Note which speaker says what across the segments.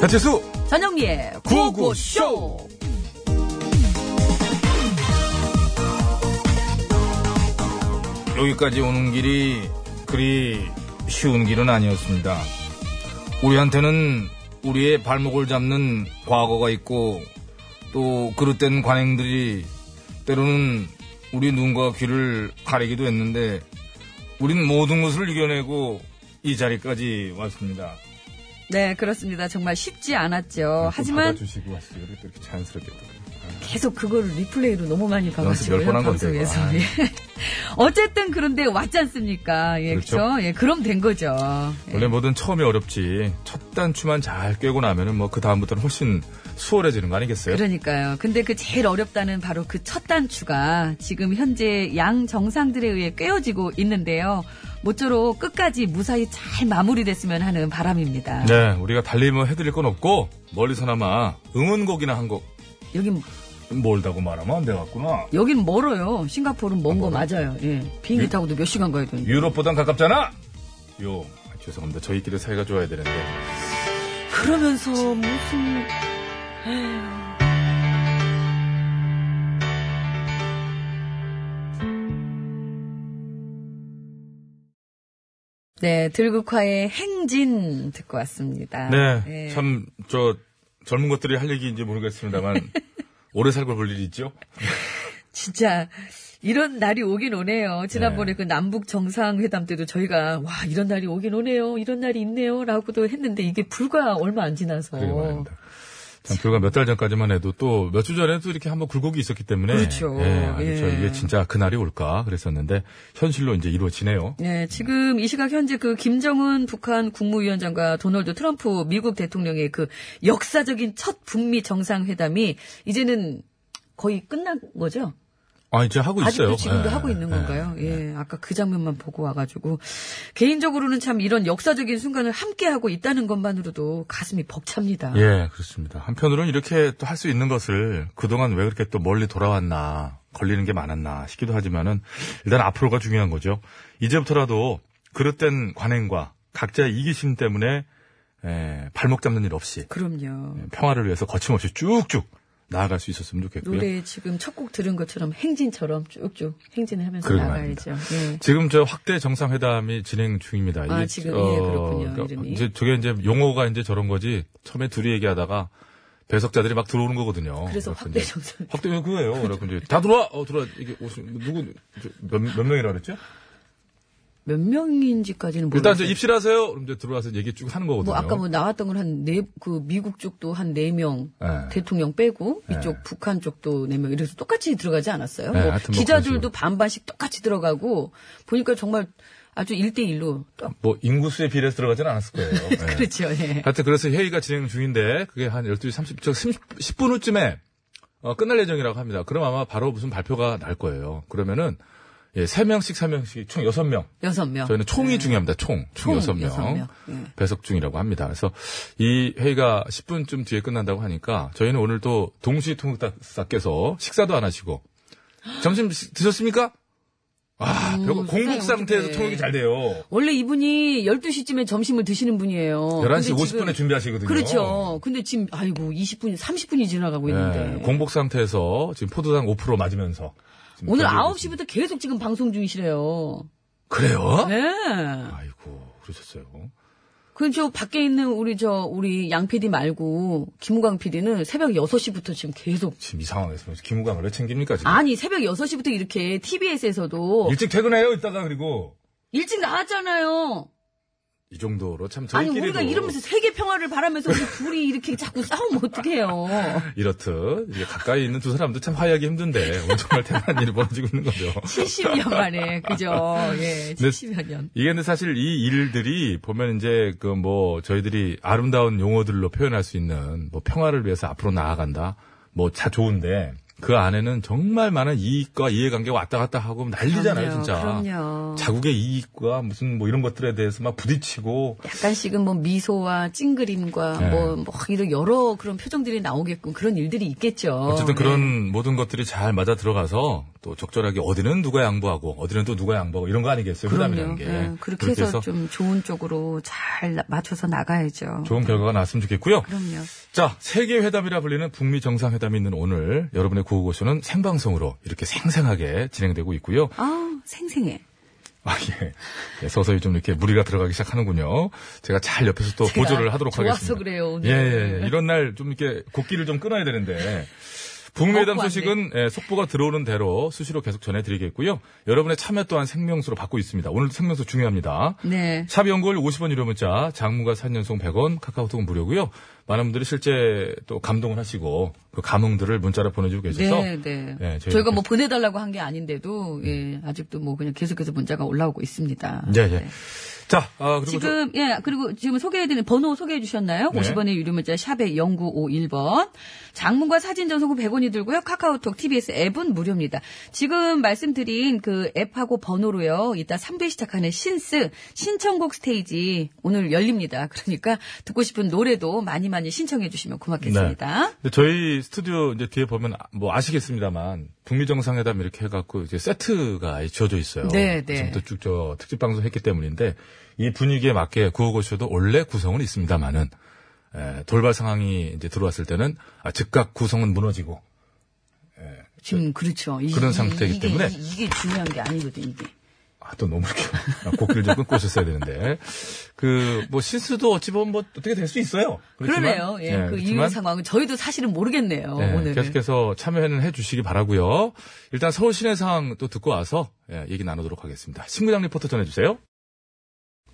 Speaker 1: 배치수
Speaker 2: 전영미의
Speaker 1: 구호구쇼.
Speaker 2: 구호구쇼.
Speaker 1: 여기까지 오는 길이 그리 쉬운 길은 아니었습니다. 우리한테는 우리의 발목을 잡는 과거가 있고 또 그릇된 관행들이 때로는 우리 눈과 귀를 가리기도 했는데 우린 모든 것을 이겨내고 이 자리까지 왔습니다.
Speaker 2: 네, 그렇습니다. 정말 쉽지 않았죠. 어, 하지만
Speaker 3: 받아주시고 하시죠. 이렇게, 또 이렇게 자연스럽게 또.
Speaker 2: 계속 그걸 리플레이로 너무 많이
Speaker 1: 연습 열
Speaker 2: 봐가지고요.
Speaker 1: 번한
Speaker 2: 방송에서.
Speaker 1: 건데요.
Speaker 2: 예. 어쨌든 그런데 왔지 않습니까? 예, 그렇죠. 예, 그럼 된 거죠. 예.
Speaker 3: 원래 뭐든 처음이 어렵지. 첫 단추만 잘 꿰고 나면은 뭐 그 다음부터는 훨씬 수월해지는 거 아니겠어요?
Speaker 2: 그러니까요. 근데 그 제일 어렵다는 바로 그 첫 단추가 지금 현재 양 정상들에 의해 꿰어지고 있는데요. 모쪼록 끝까지 무사히 잘 마무리됐으면 하는 바람입니다.
Speaker 3: 네, 우리가 달리 뭐 해드릴 건 없고 멀리서나마 응원곡이나 한 곡
Speaker 2: 여긴
Speaker 3: 멀다고 말하면 안 되겠구나.
Speaker 2: 여긴 멀어요. 싱가포르는 먼 거 맞아요. 예. 비행기 타고도 몇 시간 가야 되는데.
Speaker 3: 유럽보단 가깝잖아. 요, 아, 죄송합니다. 저희끼리 사이가 좋아야 되는데.
Speaker 4: 그러면서 무슨
Speaker 2: 네, 들국화의 행진 듣고 왔습니다.
Speaker 3: 네,
Speaker 2: 예.
Speaker 3: 참 저 젊은 것들이 할 얘기인지 모르겠습니다만 오래 살고 볼 일이 있죠.
Speaker 2: 진짜 이런 날이 오긴 오네요. 지난번에 그 남북 정상회담 때도 저희가 와 이런 날이 오긴 오네요. 이런 날이 있네요라고도 했는데 이게 불과 얼마 안 지나서
Speaker 3: 그러게 말입니다. 참, 불과 몇 달 전까지만 해도 또 몇 주 전에 도 이렇게 한번 굴곡이 있었기 때문에.
Speaker 2: 그렇죠.
Speaker 3: 예, 아주
Speaker 2: 예.
Speaker 3: 저 이게 진짜 그날이 올까 그랬었는데, 현실로 이제 이루어지네요.
Speaker 2: 네, 지금 이 시각 현재 그 김정은 북한 국무위원장과 도널드 트럼프 미국 대통령의 그 역사적인 첫 북미 정상회담이 이제는 거의 끝난 거죠?
Speaker 3: 아, 이제 하고 있어요.
Speaker 2: 아직도 지금도
Speaker 3: 예,
Speaker 2: 하고 있는
Speaker 3: 예.
Speaker 2: 건가요? 예, 아까 그 장면만 보고 와가지고 개인적으로는 참 이런 역사적인 순간을 함께 하고 있다는 것만으로도 가슴이 벅찹니다.
Speaker 3: 예, 그렇습니다. 한편으로는 이렇게 또 할 수 있는 것을 그동안 왜 그렇게 또 멀리 돌아왔나, 걸리는 게 많았나 싶기도 하지만은, 일단 앞으로가 중요한 거죠. 이제부터라도 그릇된 관행과 각자의 이기심 때문에, 예, 발목 잡는 일 없이, 예,
Speaker 2: 그럼요.
Speaker 3: 평화를 위해서 거침없이 쭉쭉 나아갈 수 있었으면 좋겠고요.
Speaker 2: 노래 지금 첫 곡 들은 것처럼 행진처럼 쭉쭉 행진하면서
Speaker 3: 그러게
Speaker 2: 나가야죠. 예.
Speaker 3: 지금 저 확대 정상회담이 진행 중입니다.
Speaker 2: 아, 지금, 예, 그렇군요, 이름이.
Speaker 3: 제 저게 이제 용어가 이제 저런 거지. 처음에 둘이 얘기하다가 배석자들이 막 들어오는 거거든요.
Speaker 2: 그래서
Speaker 3: 그래갖고
Speaker 2: 확대
Speaker 3: 이제
Speaker 2: 정상.
Speaker 3: 확대면 그거예요. 그래서 이제 다 들어와, 어 들어와 이게 오신 누구 저 몇, 몇 명이라 그랬죠?
Speaker 2: 몇 명인지까지는
Speaker 3: 일단 저
Speaker 2: 모르겠어요.
Speaker 3: 입실하세요. 그럼 이제 들어와서 얘기 쭉 하는 거거든요.
Speaker 2: 뭐 아까 뭐 나왔던 걸 한 네 그 미국 쪽도 한 네 명
Speaker 3: 예.
Speaker 2: 대통령 빼고 이쪽 북한 쪽도 네 명 이래서 똑같이 들어가지 않았어요.
Speaker 3: 네,
Speaker 2: 뭐
Speaker 3: 하여튼 뭐
Speaker 2: 기자들도
Speaker 3: 그런 식으로.
Speaker 2: 반반씩 똑같이 들어가고 보니까 정말 아주 일대일로
Speaker 3: 뭐 인구수에 비례해서 들어가지는 않았을 거예요. 예.
Speaker 2: 그렇죠. 예.
Speaker 3: 하여튼 그래서 회의가 진행 중인데 그게 한 12시 30, 저 10, 분 후쯤에 어, 끝날 예정이라고 합니다. 그럼 아마 바로 무슨 발표가 날 거예요. 그러면은 예, 3명씩 3명씩 총 6명.
Speaker 2: 여섯 명.
Speaker 3: 저희는 총이 중요합니다. 총. 총,
Speaker 2: 네. 총
Speaker 3: 6명.
Speaker 2: 여섯 명. 예.
Speaker 3: 배석 중이라고 합니다. 그래서 이 회의가 10분쯤 뒤에 끝난다고 하니까 저희는 오늘 또 동시 통역사께서 식사도 안 하시고 점심 시- 드셨습니까?
Speaker 5: 아,
Speaker 2: 음,
Speaker 5: 벽- 공복 상태에서 통역이 잘 돼요.
Speaker 2: 원래 이분이 12시쯤에 점심을 드시는 분이에요.
Speaker 5: 11시
Speaker 2: 어, 근데
Speaker 5: 50분에
Speaker 2: 지금-
Speaker 5: 준비하시거든요.
Speaker 2: 그렇죠. 근데 지금 아이고 20분, 30분이 지나가고 있는데.
Speaker 3: 예, 공복 상태에서 지금 포도당 5% 맞으면서. 지금
Speaker 2: 오늘
Speaker 3: 견디고
Speaker 2: 9시부터 계속 지금 방송 중이시래요.
Speaker 3: 있- 그래요?
Speaker 2: 네.
Speaker 3: 아이고, 그러셨어요.
Speaker 2: 그럼 저 밖에 있는 우리 저 우리 양 PD 말고 김우광 PD는 새벽 6시부터 지금 계속
Speaker 3: 지금 이 상황에서 김우감을 왜 챙깁니까, 지금?
Speaker 2: 아니 새벽 6시부터 이렇게 TBS에서도
Speaker 3: 일찍 퇴근해요, 이따가 그리고.
Speaker 2: 일찍 나왔잖아요.
Speaker 3: 이 정도로 참
Speaker 2: 아니
Speaker 3: 저희끼리도
Speaker 2: 우리가 이러면서 세계 평화를 바라면서 우리 둘이 이렇게 자꾸 싸우면 어떡해요.
Speaker 3: 이렇듯 이게 가까이 있는 두 사람도 참 화해하기 힘든데 오늘 정말 대단한 일이 벌어지고 있는 거죠.
Speaker 2: 70년 만에 그죠.
Speaker 3: 네.
Speaker 2: 예. 70여 년.
Speaker 3: 이게 근데 사실 이 일들이 보면 이제 그 뭐 저희들이 아름다운 용어들로 표현할 수 있는 뭐 평화를 위해서 앞으로 나아간다 뭐 차 좋은데 그 안에는 정말 많은 이익과 이해관계 왔다 갔다 하고 난리잖아요
Speaker 2: 그럼요,
Speaker 3: 진짜
Speaker 2: 그럼요.
Speaker 3: 자국의 이익과 무슨 뭐 이런 것들에 대해서 막 부딪히고
Speaker 2: 약간씩은 뭐 미소와 찡그림과
Speaker 3: 네.
Speaker 2: 뭐, 뭐 이런 여러 그런 표정들이 나오게끔 그런 일들이 있겠죠.
Speaker 3: 어쨌든
Speaker 2: 네.
Speaker 3: 그런 모든 것들이 잘 맞아 들어가서 또 적절하게 어디는 누가 양보하고 어디는 또 누가 양보하고 이런 거 아니겠어요
Speaker 2: 그럼요.
Speaker 3: 회담이라는 게
Speaker 2: 예, 그렇게, 해서, 좀 좋은 쪽으로 잘 나- 맞춰서 나가야죠.
Speaker 3: 좋은 결과가 나왔으면 좋겠고요.
Speaker 2: 그럼요.
Speaker 3: 자, 세계회담이라 불리는 북미 정상회담이 있는 오늘 여러분의 구호고쇼는 생방송으로 이렇게 생생하게 진행되고 있고요.
Speaker 2: 아 생생해.
Speaker 3: 아, 예. 예, 서서히 좀 이렇게 무리가 들어가기 시작하는군요. 제가 잘 옆에서 또
Speaker 2: 제가
Speaker 3: 보조를 하도록
Speaker 2: 좋아서
Speaker 3: 하겠습니다.
Speaker 2: 그래요, 오늘.
Speaker 3: 예, 예, 예. 이런 날 좀 이렇게 곡기를 좀 끊어야 되는데. 북미회담
Speaker 2: 먹고 왔네.
Speaker 3: 소식은 예, 속보가 들어오는 대로 수시로 계속 전해드리겠고요. 여러분의 참여 또한 생명수로 받고 있습니다. 오늘도 생명수 중요합니다.
Speaker 2: 네.
Speaker 3: 샵 연골 50원 유료 문자, 장문과 산연송 100원, 카카오톡은 무료고요. 많은 분들이 실제 또 감동을 하시고 그 감흥들을 문자로 보내주고 계셔서
Speaker 2: 네, 네.
Speaker 3: 예, 저희가
Speaker 2: 저희가 뭐 보내달라고 한 게 아닌데도 예, 아직도 뭐 그냥 계속해서 문자가 올라오고 있습니다.
Speaker 3: 예, 예. 자, 아, 그리고
Speaker 2: 네.
Speaker 3: 저-
Speaker 2: 지금 예 그리고 지금 소개해드린 번호 소개해 주셨나요?
Speaker 3: 네.
Speaker 2: 50원의 유료 문자 샵에 0951번 장문과 사진 전송은 100원이 들고요. 카카오톡 TBS 앱은 무료입니다. 지금 말씀드린 그 앱하고 번호로요. 이따 3부에 시작하는 신스 신청곡 스테이지 오늘 열립니다. 그러니까 듣고 싶은 노래도 많이 많이 신청해 주시면 고맙겠습니다.
Speaker 3: 근데 저희 스튜디오 이제 뒤에 보면 아- 뭐 아시겠습니다만 북미 정상회담 이렇게 해갖고 이제 세트가 아예 지어져 있어요.
Speaker 2: 네, 네.
Speaker 3: 지금 또쭉저 특집 방송 했기 때문인데 이 분위기에 맞게 구호고쇼도 원래 구성은 있습니다만은 에, 돌발 상황이 이제 들어왔을 때는 아, 즉각 구성은 무너지고
Speaker 2: 지금 그렇죠. 이-
Speaker 3: 네. 그런
Speaker 2: 이-
Speaker 3: 상태이기
Speaker 2: 이게-
Speaker 3: 때문에.
Speaker 2: 이- 이게 중요한 게 아니거든 이게.
Speaker 3: 아, 또 너무 이렇게 곡기를 좀 끊고 오셨어야 되는데. 그, 뭐, 실수도 어찌 보면 뭐, 어떻게 될 수 있어요. 그렇지만,
Speaker 2: 그러네요. 예, 그 이유
Speaker 3: 그렇지만,
Speaker 2: 상황은 저희도 사실은 모르겠네요.
Speaker 3: 예,
Speaker 2: 오늘
Speaker 3: 계속해서 참여는 해주시기 바라고요 일단 서울 시내 상황 또 듣고 와서, 예, 얘기 나누도록 하겠습니다. 신구장 리포터 전해주세요.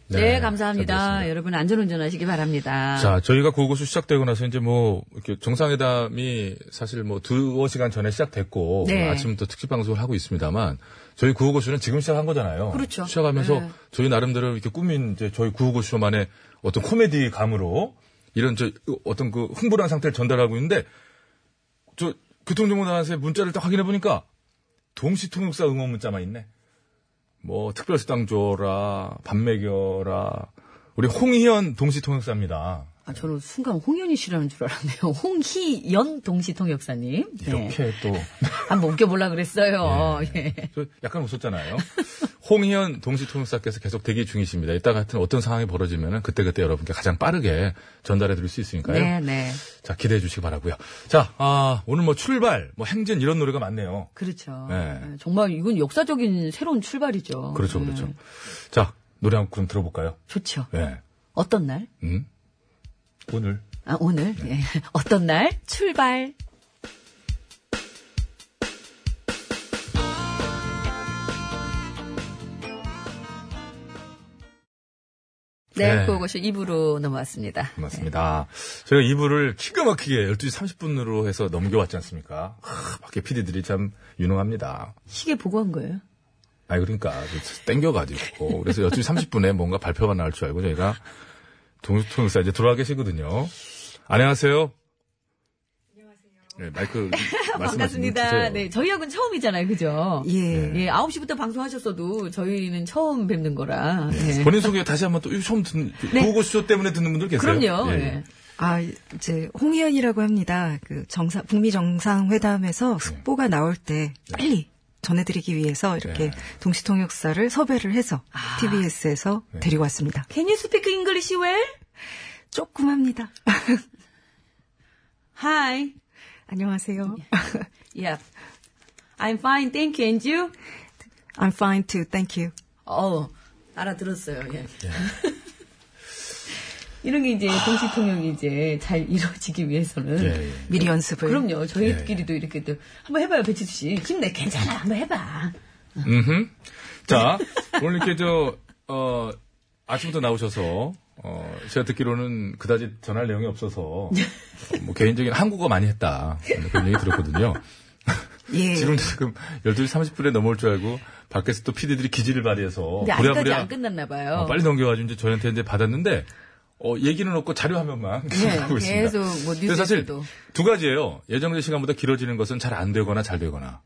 Speaker 2: 네, 감사합니다.
Speaker 3: 잘 들었습니다.
Speaker 2: 여러분 안전운전 하시기 바랍니다.
Speaker 3: 자, 저희가 고고수 시작되고 나서 이제 뭐, 이렇게 정상회담이 사실 뭐 두어 시간 전에 시작됐고,
Speaker 2: 네.
Speaker 3: 오늘 아침부터 특집 방송을 하고 있습니다만, 저희 구호고수는 지금 시작한 거잖아요.
Speaker 2: 그렇죠.
Speaker 3: 시작하면서
Speaker 2: 네.
Speaker 3: 저희 나름대로 이렇게 꾸민 이제 저희 구호고수만의 어떤 코미디 감으로 이런 저 어떤 그 흥분한 상태를 전달하고 있는데, 저 교통정보 나와서 문자를 딱 확인해 보니까 동시 통역사 응원 문자만 있네. 뭐 특별수당 줘라, 밥 먹여라. 우리 홍희연 동시 통역사입니다.
Speaker 2: 아, 저는 순간 홍현이 씨라는 줄 알았네요. 홍희연 동시통역사님. 네.
Speaker 3: 이렇게 또
Speaker 2: 한번 웃겨보려 그랬어요. 예.
Speaker 3: 저 약간 웃었잖아요. 홍희연 동시 통역사께서 계속 대기 중이십니다. 이따가 하여튼 어떤 상황이 벌어지면 그때그때 여러분께 가장 빠르게 전달해 드릴 수 있으니까요.
Speaker 2: 네, 네.
Speaker 3: 자, 기대해 주시기 바라고요 자, 아, 오늘 뭐 출발, 뭐 행진 이런 노래가 많네요.
Speaker 2: 그렇죠.
Speaker 3: 네.
Speaker 2: 예, 정말 이건 역사적인 새로운 출발이죠.
Speaker 3: 그렇죠,
Speaker 2: 예.
Speaker 3: 그렇죠. 자, 노래 한 곡 들어볼까요?
Speaker 2: 좋죠.
Speaker 3: 네.
Speaker 2: 어떤 날?
Speaker 3: 음. 오늘.
Speaker 2: 아, 오늘? 예. 어떤 날? 출발. 네,
Speaker 3: 네.
Speaker 2: 그것이 입으로 넘어왔습니다.
Speaker 3: 고맙습니다. 저희가 이부를 기가 막히게 12시 30분으로 해서 넘겨왔지 않습니까? 하, 밖에 PD들이 참 유능합니다.
Speaker 2: 시계 보고 한 거예요?
Speaker 3: 아니, 그러니까. 땡겨가지고. 그래서 12시 30분에 뭔가 발표가 나올 줄 알고 저희가 동수통역사 이제 돌아와 계시거든요. 안녕하세요. 네, 마이크 말씀하시는
Speaker 2: 반갑습니다. 네, 저희하고는 처음이잖아요, 그죠?
Speaker 6: 예.
Speaker 2: 예, 9시부터 방송하셨어도 저희는 처음 뵙는 거라. 예.
Speaker 3: 본인 소개 다시 한번 또 이거 처음 듣는, 보고쇼 때문에 듣는 분들 계세요?
Speaker 2: 네. 그럼요.
Speaker 3: 예.
Speaker 2: 예.
Speaker 6: 아, 이제
Speaker 3: 네.
Speaker 6: 홍희연이라고 합니다. 그 정상 북미 정상회담에서 속보가 나올 때 빨리
Speaker 7: 전해드리기 위해서 이렇게
Speaker 3: 네.
Speaker 5: 예.
Speaker 7: 동시통역사를 섭외를 해서 TBS에서
Speaker 3: 네.
Speaker 7: 데리고 왔습니다.
Speaker 2: Can you speak English well?
Speaker 7: 조금 합니다.
Speaker 2: Hi.
Speaker 7: 안녕하세요.
Speaker 2: Yeah. I'm fine, thank you. And you?
Speaker 7: I'm fine too. Thank you.
Speaker 2: 어, 알아들었어요. 예. 이런 게 이제 동시 통역이 이제 잘 이루어지기 위해서는 네.
Speaker 5: 예, 예.
Speaker 7: 미리 연습을.
Speaker 2: 그럼요. 저희끼리도
Speaker 3: 예,
Speaker 2: 이렇게 또 한번 해봐요, 배치수 씨. 힘내, 괜찮아. 한번 해봐.
Speaker 3: 음흠. 자, 오늘 이렇게 저, 어, 아침부터 나오셔서, 어, 제가 듣기로는 그다지 전할 내용이 없어서, 뭐 개인적인 한국어 많이 했다. 네, 그런 얘기 들었거든요.
Speaker 7: 예.
Speaker 3: 지금 지금 12시 30분에 넘어올 줄 알고, 밖에서 또 PD들이 기지를 발휘해서,
Speaker 2: 근데 아직까지 안 끝났나 봐요.
Speaker 3: 어, 빨리 넘겨가지고 이제 저희한테 이제 받았는데, 어, 얘기는 없고 자료 화면만 계속
Speaker 2: 네,
Speaker 3: 하고 있습니다.
Speaker 2: 계속 뭐
Speaker 3: 근데 사실
Speaker 2: 뉴스에도
Speaker 3: 두 가지예요. 예정된 시간보다 길어지는 것은 잘 안 되거나 잘 되거나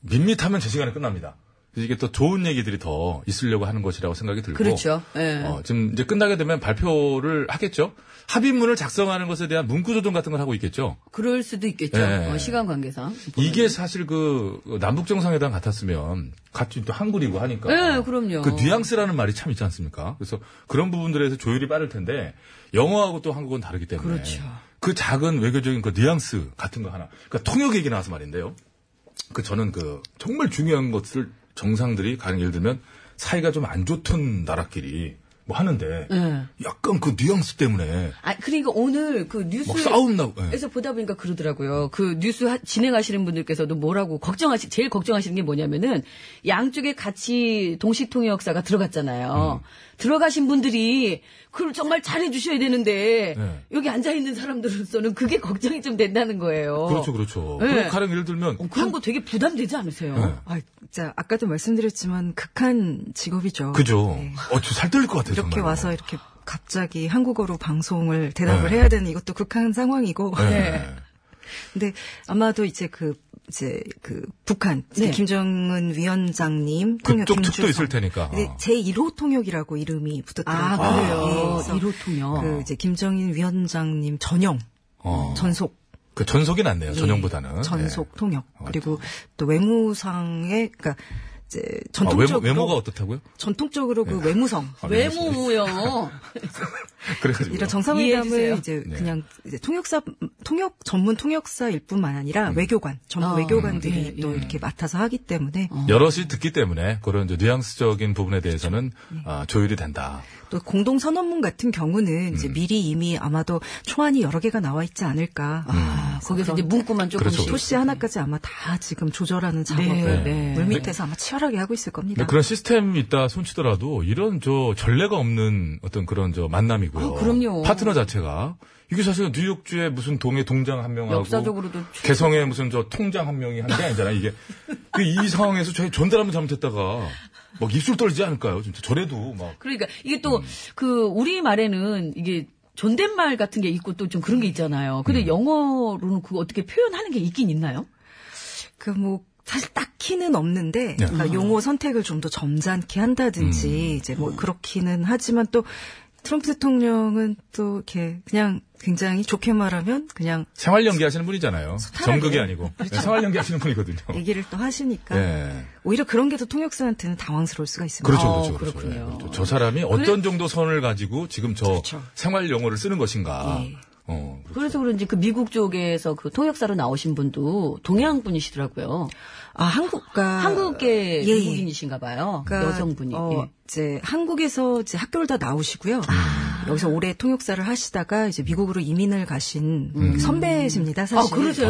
Speaker 3: 밋밋하면 제 시간에 끝납니다. 그래서 이게 또 좋은 얘기들이 더 있으려고 하는 것이라고 생각이 들고
Speaker 2: 그렇죠. 예.
Speaker 3: 어, 지금 이제 끝나게 되면 발표를 하겠죠. 합의문을 작성하는 것에 대한 문구 조정 같은 걸 하고 있겠죠.
Speaker 2: 그럴 수도 있겠죠.
Speaker 3: 예.
Speaker 2: 어, 시간 관계상.
Speaker 3: 이게 사실 그 남북 정상회담 같았으면 갑자기 또 한글이고 하니까.
Speaker 2: 예, 그럼요.
Speaker 3: 그 뉘앙스라는 말이 참 있지 않습니까? 그래서 그런 부분들에서 조율이 빠를 텐데 영어하고 또 한국은 다르기 때문에
Speaker 2: 그렇죠.
Speaker 3: 그 작은 외교적인 그 뉘앙스 같은 거 하나. 그러니까 통역 얘기 나와서 말인데요. 그 저는 그 정말 중요한 것을 정상들이 가령 예를 들면 사이가 좀 안 좋던 나라끼리 뭐 하는데
Speaker 2: 예.
Speaker 3: 약간 그 뉘앙스 때문에
Speaker 2: 아, 그러니까 오늘 그
Speaker 3: 막
Speaker 2: 뉴스.
Speaker 3: 싸움 나고. 예.
Speaker 2: 그래서 보다 보니까 그러더라고요. 그 뉴스 하- 진행하시는 분들께서도 뭐라고 걱정하시, 제일 걱정하시는 게 뭐냐면은 양쪽에 같이 동시통역사가 들어갔잖아요.
Speaker 3: 음.
Speaker 2: 들어가신 분들이 그걸 정말 잘해주셔야 되는데
Speaker 3: 네.
Speaker 2: 여기 앉아있는 사람들로서는 그게 걱정이 좀 된다는 거예요.
Speaker 3: 그렇죠, 그렇죠.
Speaker 2: 예.
Speaker 3: 그리고 가령 예를 들면
Speaker 2: 어, 그런 거 되게 부담되지 않으세요?
Speaker 3: 예.
Speaker 7: 아, 진짜 아까도 말씀드렸지만 극한 직업이죠.
Speaker 3: 그죠.
Speaker 7: 네.
Speaker 3: 어, 저 살 떨릴 것 같아요.
Speaker 7: 이렇게
Speaker 3: 정말로.
Speaker 7: 와서 이렇게 갑자기 한국어로 방송을 대답을
Speaker 3: 네.
Speaker 7: 해야 되는 이것도 극한 상황이고.
Speaker 3: 예.
Speaker 7: 근데 아마도 이제 그 이제 그 북한 이제
Speaker 2: 네.
Speaker 7: 김정은 위원장님 통역
Speaker 3: 그쪽
Speaker 7: 김주성. 네,
Speaker 3: 측도 있을 테니까. 아.
Speaker 7: 제 1호 통역이라고 이름이
Speaker 2: 아,
Speaker 7: 붙었더라고요. 예,
Speaker 2: 그래요.
Speaker 7: 그래서
Speaker 2: 1호 통역.
Speaker 3: 아,
Speaker 7: 그 이제 김정인 위원장님 전용
Speaker 3: 어.
Speaker 7: 전속
Speaker 3: 그 전속이 낫네요.
Speaker 7: 예,
Speaker 3: 전용보다는.
Speaker 7: 전속
Speaker 3: 예.
Speaker 7: 통역 그리고 또 외무상의 그러니까 이제
Speaker 3: 아,
Speaker 7: 전통적으로
Speaker 3: 외모, 외모가 어떻다고요?
Speaker 7: 전통적으로 그 외무성
Speaker 3: 아,
Speaker 2: 외모요.
Speaker 3: 그래가지고.
Speaker 7: 이런
Speaker 2: 이해해주세요.
Speaker 7: 정상회담을 이제
Speaker 3: 네.
Speaker 7: 그냥 이제 통역사 통역 전문 통역사일뿐만 아니라
Speaker 3: 음.
Speaker 7: 외교관 전문
Speaker 2: 아, 어.
Speaker 7: 외교관들이
Speaker 2: 예,
Speaker 7: 또 이렇게 맡아서 하기 때문에
Speaker 3: 여럿이 듣기 때문에 그런 이제 뉘앙스적인 부분에 대해서는
Speaker 7: 음.
Speaker 3: 아, 조율이 된다.
Speaker 7: 또 공동 선언문 같은
Speaker 3: 음.
Speaker 7: 경우는 이제 미리 이미 아마도 초안이 여러 개가 나와 있지 않을까.
Speaker 2: 아, 거기서 이제 문구만 조금씩.
Speaker 3: 음. 그렇죠.
Speaker 7: 토시 하나까지 아마 다 지금 조절하는 작업을
Speaker 2: 네, 네.
Speaker 7: 물밑에서 아마 치열하게 하고 있을 겁니다.
Speaker 3: 근데 네, 그런 시스템이 있다 손치더라도 이런 저 전례가 없는 어떤 그런 저 만남이고요.
Speaker 2: 아, 그럼요.
Speaker 3: 파트너 자체가 이게 사실 은 뉴욕주에 무슨 동의 동장 한 명하고
Speaker 2: 역사적으로도
Speaker 3: 개성에 무슨 저 통장 한 명이 한 게 아니잖아요. 이게 그 이 상황에서 저희 전달하면 잘못했다가 막 입술 떨리지 않을까요? 진짜 저래도 막
Speaker 2: 그러니까 이게 또 그 우리 말에는 이게 존댓말 같은 게 있고 또 좀 그런 게 있잖아요.
Speaker 3: 네.
Speaker 2: 근데 영어로는 그거 어떻게 표현하는 게 있긴 있나요?
Speaker 7: 그 뭐 사실 딱히는 없는데
Speaker 3: 네.
Speaker 7: 그러니까 용어 선택을 좀 더 점잖게
Speaker 3: 음.
Speaker 7: 한다든지 이제 뭐 그렇기는 하지만 또 트럼프 대통령은 또 이렇게 그냥 굉장히 좋게 말하면 그냥
Speaker 3: 생활 연기 하시는 분이잖아요.
Speaker 7: 소탈하게.
Speaker 3: 정극이 아니고
Speaker 2: 그렇죠.
Speaker 3: 네, 생활 연기 하시는 분이거든요.
Speaker 2: 그러니까.
Speaker 7: 얘기를 또 하시니까
Speaker 3: 예.
Speaker 7: 오히려 그런 게 더 통역사한테는 당황스러울 수가 있습니다.
Speaker 3: 그렇죠,
Speaker 2: 어,
Speaker 3: 그렇죠, 그렇죠.
Speaker 2: 그렇군요. 그렇죠.
Speaker 3: 예, 그렇죠. 저 사람이 어떤 정도 선을 가지고 지금 저 생활 용어를 쓰는 것인가.
Speaker 2: 예.
Speaker 3: 어, 그렇죠.
Speaker 2: 그래서 그런지 그 미국 쪽에서 그 통역사로 나오신 분도 동양 분이시더라고요.
Speaker 7: 아 한국과
Speaker 2: 한국계
Speaker 7: 예, 예.
Speaker 2: 미국인이신가 봐요.
Speaker 7: 그러니까,
Speaker 2: 여성분이.
Speaker 7: 어,
Speaker 2: 예.
Speaker 7: 이제 한국에서 이제 학교를 다 나오시고요.
Speaker 2: 아.
Speaker 7: 여기서 올해 통역사를 하시다가 이제 미국으로 이민을 가신
Speaker 3: 음.
Speaker 7: 선배십니다. 사실.
Speaker 2: 아, 그러세요?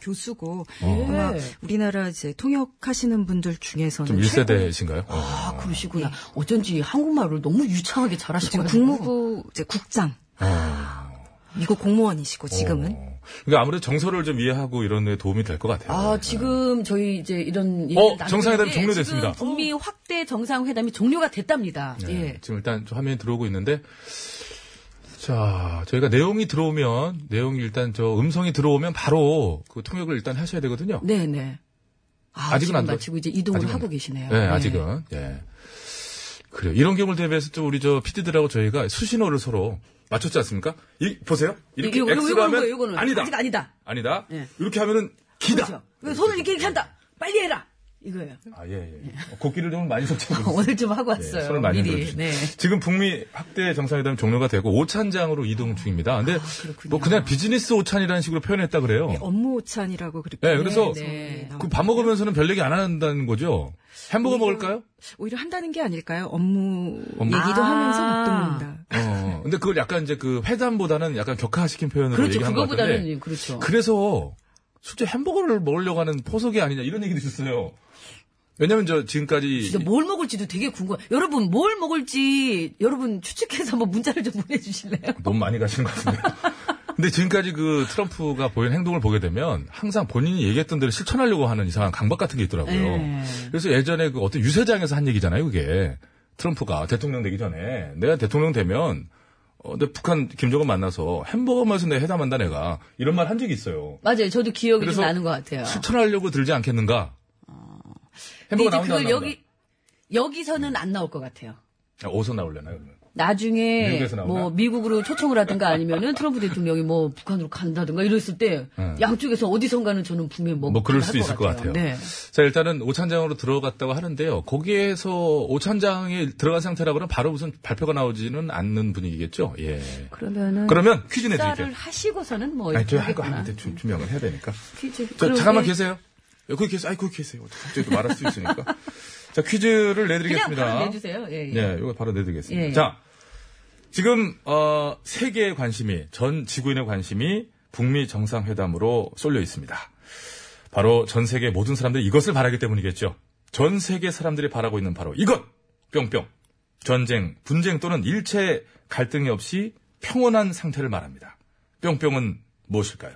Speaker 7: 네, 교수고
Speaker 3: 어.
Speaker 7: 아마
Speaker 2: 예.
Speaker 7: 우리나라 이제 통역하시는 분들 중에서는
Speaker 3: 좀
Speaker 7: 최고-
Speaker 3: 1세대신가요?
Speaker 2: 아, 그러시구나. 어쩐지 한국말을 너무 유창하게
Speaker 7: 지금
Speaker 2: 잘하시더라고요.
Speaker 7: 국무부 이제 국장
Speaker 2: 아.
Speaker 7: 미국 공무원이시고 지금은
Speaker 3: 어. 그러니까 아무래도 정서를 좀 이해하고 이런 데 도움이 될 것 같아요.
Speaker 2: 아, 지금 저희 이제 이런 얘기를
Speaker 3: 어,
Speaker 2: 나누고
Speaker 3: 정상회담이
Speaker 2: 있는데
Speaker 3: 종료됐습니다.
Speaker 2: 지금 북미
Speaker 7: 어.
Speaker 2: 확대 정상회담이 종료가 됐답니다.
Speaker 3: 네,
Speaker 2: 예.
Speaker 3: 지금 일단 저 화면이 들어오고 있는데 자 저희가 내용이 들어오면 내용이 일단 저 음성이 들어오면 바로 그 통역을 일단 하셔야 되거든요.
Speaker 2: 네, 네. 아,
Speaker 3: 아직은
Speaker 2: 지금
Speaker 3: 안 들어-
Speaker 2: 마치고 이제 이동을
Speaker 3: 아직은-
Speaker 2: 하고 계시네요.
Speaker 3: 네,
Speaker 2: 예.
Speaker 3: 아직은. 예. 그래요. 이런 경우를 대비해서 또 우리 저 PD들하고 저희가 수신호를 서로 맞췄지 않습니까? 이, 보세요. 이렇게
Speaker 2: 이게 이거,
Speaker 3: X가
Speaker 2: 이거는
Speaker 3: 하면
Speaker 2: 뭐예요, 이거는?
Speaker 3: 아니다.
Speaker 2: 아직 아니다.
Speaker 3: 아니다.
Speaker 2: 예.
Speaker 3: 이렇게 하면은 기다.
Speaker 2: 그렇죠. 왜 손을 이렇게 이렇게 한다. 빨리 해라. 이거예요.
Speaker 3: 아, 예, 예. 곡기를 좀 많이 섞고
Speaker 2: 오늘 좀 하고 왔어요.
Speaker 3: 네, 손을 많이
Speaker 2: 미리.
Speaker 3: 흔들어주시네.
Speaker 2: 네.
Speaker 3: 지금 북미 확대 정상회담 종료가 되고 오찬장으로 이동 중입니다.
Speaker 2: 아,
Speaker 3: 근데 뭐 그냥 비즈니스 오찬이라는 식으로 표현했다 그래요.
Speaker 2: 네, 어,
Speaker 7: 업무 오찬이라고 그렇게.
Speaker 3: 네, 그래서
Speaker 7: 네, 네.
Speaker 3: 그 밥 먹으면서는 별 얘기 안 한다는 거죠. 햄버거 먹을까요?
Speaker 7: 오히려 한다는 게 아닐까요? 업무,
Speaker 3: 업무.
Speaker 7: 얘기도
Speaker 2: 아.
Speaker 7: 하면서 밥도 먹는다.
Speaker 3: 어. 근데 그걸 약간 이제 그 회담보다는 약간 격하시킨 표현으로
Speaker 2: 그렇죠.
Speaker 3: 얘기한 것 같은데.
Speaker 2: 그거보다는 그렇죠.
Speaker 3: 그래서 실제 햄버거를 먹으려고 하는 포석이 아니냐 이런 얘기도 있었어요. 왜냐면 저 지금까지
Speaker 2: 진짜 뭘 먹을지도 되게 궁금해. 여러분 뭘 먹을지 여러분 추측해서 한번 문자를 좀 보내주실래요?
Speaker 3: 너무 많이 가시는 것 같은데. 근데 지금까지 그 트럼프가 보인 행동을 보게 되면 항상 본인이 얘기했던 대로 실천하려고 하는 이상한 강박 같은 게 있더라고요.
Speaker 2: 네.
Speaker 3: 그래서 예전에 그 어떤 유세장에서 한 얘기잖아요, 그게. 트럼프가 대통령 되기 전에 내가 대통령 되면 어, 내 북한 김정은 만나서 햄버거 맛에서 내가 해담한다 내가 이런 말 한 적이 있어요.
Speaker 2: 맞아요. 저도 기억이 좀
Speaker 3: 그래서
Speaker 2: 나는 것 같아요.
Speaker 3: 실천하려고 들지 않겠는가?
Speaker 2: 근데 어. 이제 그걸
Speaker 3: 햄버거 나온다 안 나온다.
Speaker 2: 여기 여기서는 안 나올 것 같아요.
Speaker 3: 아, 어디서 나올려나요 그러면?
Speaker 2: 나중에
Speaker 3: 미국에서 나오나?
Speaker 2: 뭐 미국으로 초청을 하든가 아니면은 트럼프 대통령이 뭐 북한으로 간다든가 이랬을 때
Speaker 3: 네.
Speaker 2: 양쪽에서 어디선가는 저는 분명히 뭐,
Speaker 3: 뭐 그럴
Speaker 2: 할
Speaker 3: 수도 있을 것 같아요.
Speaker 2: 네.
Speaker 3: 자, 일단은 오찬장으로 들어갔다고 하는데요. 거기에서 오찬장에 들어간 상태라 그러면 바로 무슨 발표가 나오지는 않는 분위기겠죠? 예.
Speaker 2: 그러면은
Speaker 3: 그러면 퀴즈
Speaker 2: 식사를
Speaker 3: 내드릴게요.
Speaker 2: 하시고서는 뭐
Speaker 3: 아니,
Speaker 2: 이렇게
Speaker 3: 저할거
Speaker 2: 하겠구나.
Speaker 3: 아닌데 좀 준비하면 해야 되니까.
Speaker 2: 퀴즈.
Speaker 3: 저,
Speaker 2: 그러게.
Speaker 3: 잠깐만 계세요. 예, 거기 계세요. 아이, 거기 계세요. 저희도 말할 수 있으니까. 자, 퀴즈를
Speaker 2: 그냥
Speaker 3: 내드리겠습니다.
Speaker 2: 바로 내주세요. 예, 예.
Speaker 3: 네, 이거 바로 내드리겠습니다.
Speaker 2: 예, 예.
Speaker 3: 자, 지금 어, 세계의 관심이 전 지구인의 관심이 북미 정상회담으로 쏠려 있습니다. 바로 전 세계 모든 사람들이 이것을 바라기 때문이겠죠. 전 세계 사람들이 바라고 있는 바로 이것 뿅뿅 전쟁, 분쟁 또는 일체 갈등이 없이 평온한 상태를 말합니다. 뿅뿅은 무엇일까요?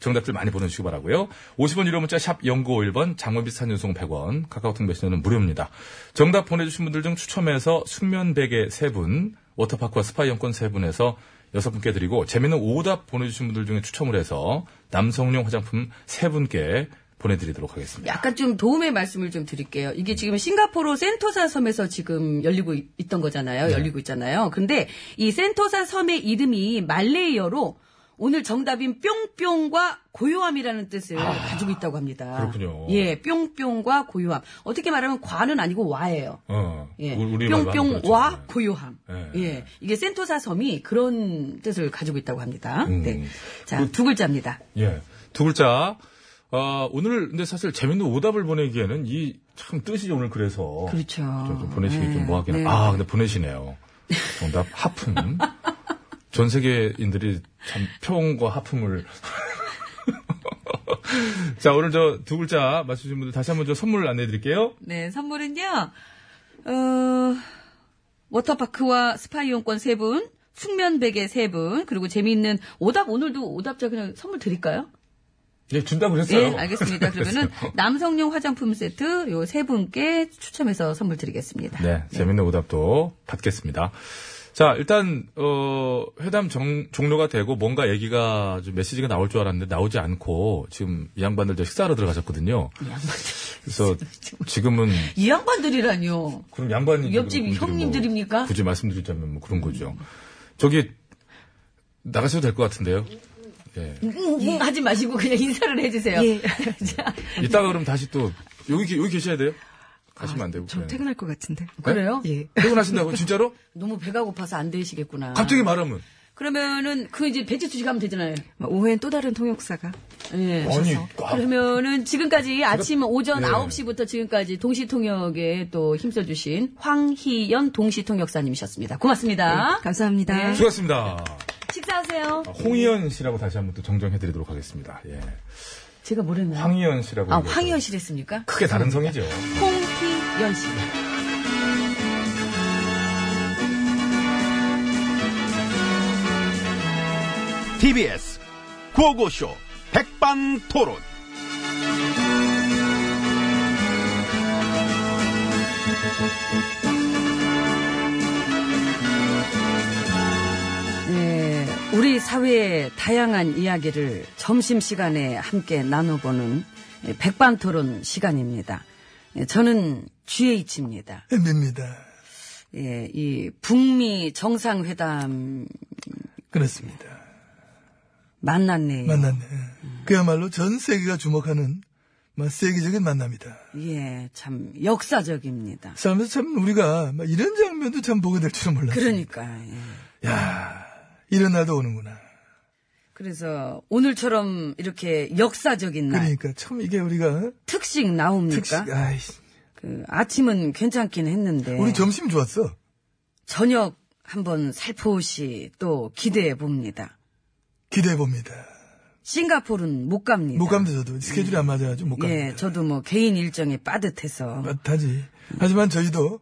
Speaker 3: 정답들 많이 보내주시기 바라고요. 50원 유료 문자 샵 0951번 장문 비슷한 연속 100원 카카오톡 메시지는 무료입니다. 정답 보내주신 분들 중 추첨해서 숙면 베개 3분 워터파크와 스파 이용권 3분에서 6분께 드리고 재미있는 오답 보내주신 분들 중에 추첨을 해서 남성용 화장품 3분께 보내드리도록 하겠습니다.
Speaker 2: 약간 좀 도움의 말씀을 좀 드릴게요. 이게 지금 싱가포르 센토사 섬에서 지금 열리고 있- 있던 거잖아요.
Speaker 3: 네.
Speaker 2: 열리고 있잖아요. 근데 이 센토사 섬의 이름이 말레이어로 오늘 정답인 뿅뿅과 고요함이라는 뜻을 가지고 있다고 합니다.
Speaker 3: 아, 그렇군요.
Speaker 2: 예, 뿅뿅과 고요함. 어떻게 말하면 과는 아니고 와예요.
Speaker 3: 어,
Speaker 2: 예,
Speaker 3: 우- 우리 말로 하면
Speaker 2: 뿅뿅와
Speaker 3: 그렇죠.
Speaker 2: 고요함.
Speaker 3: 예.
Speaker 2: 예, 이게 센토사 섬이 그런 뜻을 가지고 있다고 합니다.
Speaker 3: 음.
Speaker 2: 네. 자, 두 글자입니다.
Speaker 3: 예. 두 글자. 아, 오늘 근데 사실 재밌는 오답을 보내기에는 이 참 뜻이 오늘 그래서
Speaker 2: 그렇죠.
Speaker 3: 좀, 좀 보내시기
Speaker 2: 네,
Speaker 3: 좀 뭐하긴
Speaker 2: 네.
Speaker 3: 네. 아 근데 보내시네요. 정답 하품. 전 세계인들이 참 평과 하품을. 자 오늘 저 두 글자 맞추신 분들 다시 한번 저 선물 안내드릴게요.
Speaker 2: 네, 선물은요, 어, 워터파크와 스파 이용권 세분 숙면 베개 세분 그리고 재미있는 오답, 오늘도 오답자 그냥 선물 드릴까요?
Speaker 3: 예 준다고 그랬어요.
Speaker 2: 예, 알겠습니다. 그러면은 남성용 화장품 세트 요 세 분께 추첨해서 선물 드리겠습니다.
Speaker 3: 네, 재밌는 오답도 받겠습니다. 자, 일단, 어, 회담 정- 종료가 되고 뭔가 얘기가, 좀 메시지가 나올 줄 알았는데 나오지 않고 지금 이 양반들 저 식사하러 들어가셨거든요.
Speaker 2: 이 양반들.
Speaker 3: 그래서 지금은.
Speaker 2: 이 양반들이라뇨.
Speaker 3: 그럼 양반이. 뭐
Speaker 2: 옆집 형님들입니까?
Speaker 3: 굳이 말씀드리자면 뭐 그런 거죠. 저기, 나가셔도 될 것 같은데요. 예.
Speaker 2: 음, 음, 하지 마시고 그냥 인사를 해주세요.
Speaker 7: 예.
Speaker 2: 자,
Speaker 3: 이따가 그럼 다시 또, 여기, 계- 여기 계셔야 돼요?
Speaker 2: 아,
Speaker 3: 가시면 안 되고.
Speaker 7: 저
Speaker 3: 그냥.
Speaker 7: 퇴근할 것 같은데.
Speaker 2: 그래요?
Speaker 7: 예.
Speaker 3: 퇴근하신다고? 진짜로?
Speaker 2: 너무 배가 고파서 안 되시겠구나.
Speaker 3: 갑자기 말하면.
Speaker 2: 그러면은 그 이제 배치 투식 하면 되잖아요.
Speaker 5: 뭐,
Speaker 7: 오후엔 또 다른 통역사가.
Speaker 2: 예.
Speaker 3: 아니, 아,
Speaker 2: 그러면은 지금까지 아침 오전
Speaker 3: 네.
Speaker 2: 9시부터 지금까지 동시통역에 또 힘써주신 황희연 동시통역사님이셨습니다. 고맙습니다.
Speaker 3: 네.
Speaker 7: 감사합니다.
Speaker 2: 네.
Speaker 3: 수고하셨습니다.
Speaker 2: 식사하세요.
Speaker 3: 어. 홍희연 씨라고 다시 한번 또 정정해드리도록 하겠습니다. 예.
Speaker 2: 제가 뭐랬나요?
Speaker 3: 황희연 씨라고.
Speaker 2: 아,
Speaker 3: 얘기해서.
Speaker 2: 황희연 씨랬습니까?
Speaker 3: 크게 다른 성이죠.
Speaker 2: 홍희연 씨.
Speaker 8: TBS 구호고쇼 백반토론.
Speaker 2: 네, 우리 사회의 다양한 이야기를 점심시간에 함께 나눠보는 예, 백반토론 시간입니다. 예, 저는 GH입니다.
Speaker 9: 엠비입니다.
Speaker 2: 예, 이 북미 정상회담
Speaker 9: 그렇습니다.
Speaker 2: 만났네요.
Speaker 9: 만났네. 그야말로 전 세계가 주목하는 막 세계적인 만남이다.
Speaker 2: 예, 참 역사적입니다.
Speaker 9: 삶에서 참 우리가 막 이런 장면도 참 보게 될 줄은 몰랐어.
Speaker 2: 그러니까 예.
Speaker 9: 야, 이런 날도 오는구나.
Speaker 2: 그래서 오늘처럼 이렇게 역사적인 날
Speaker 9: 그러니까 참 이게 우리가
Speaker 2: 특식 나옵니까?
Speaker 9: 특식, 아이씨,
Speaker 2: 그 아침은 괜찮긴 했는데
Speaker 9: 우리 점심 좋았어.
Speaker 2: 저녁 한번 살포시 또 기대해 봅니다.
Speaker 9: 기대해 봅니다.
Speaker 2: 싱가포르는 못 갑니다.
Speaker 9: 못 갑니다 저도 스케줄이 안 맞아가지고 못 갑니다.
Speaker 2: 예, 저도 뭐 개인 일정이 빠듯해서
Speaker 9: 맞다지. 하지만 저희도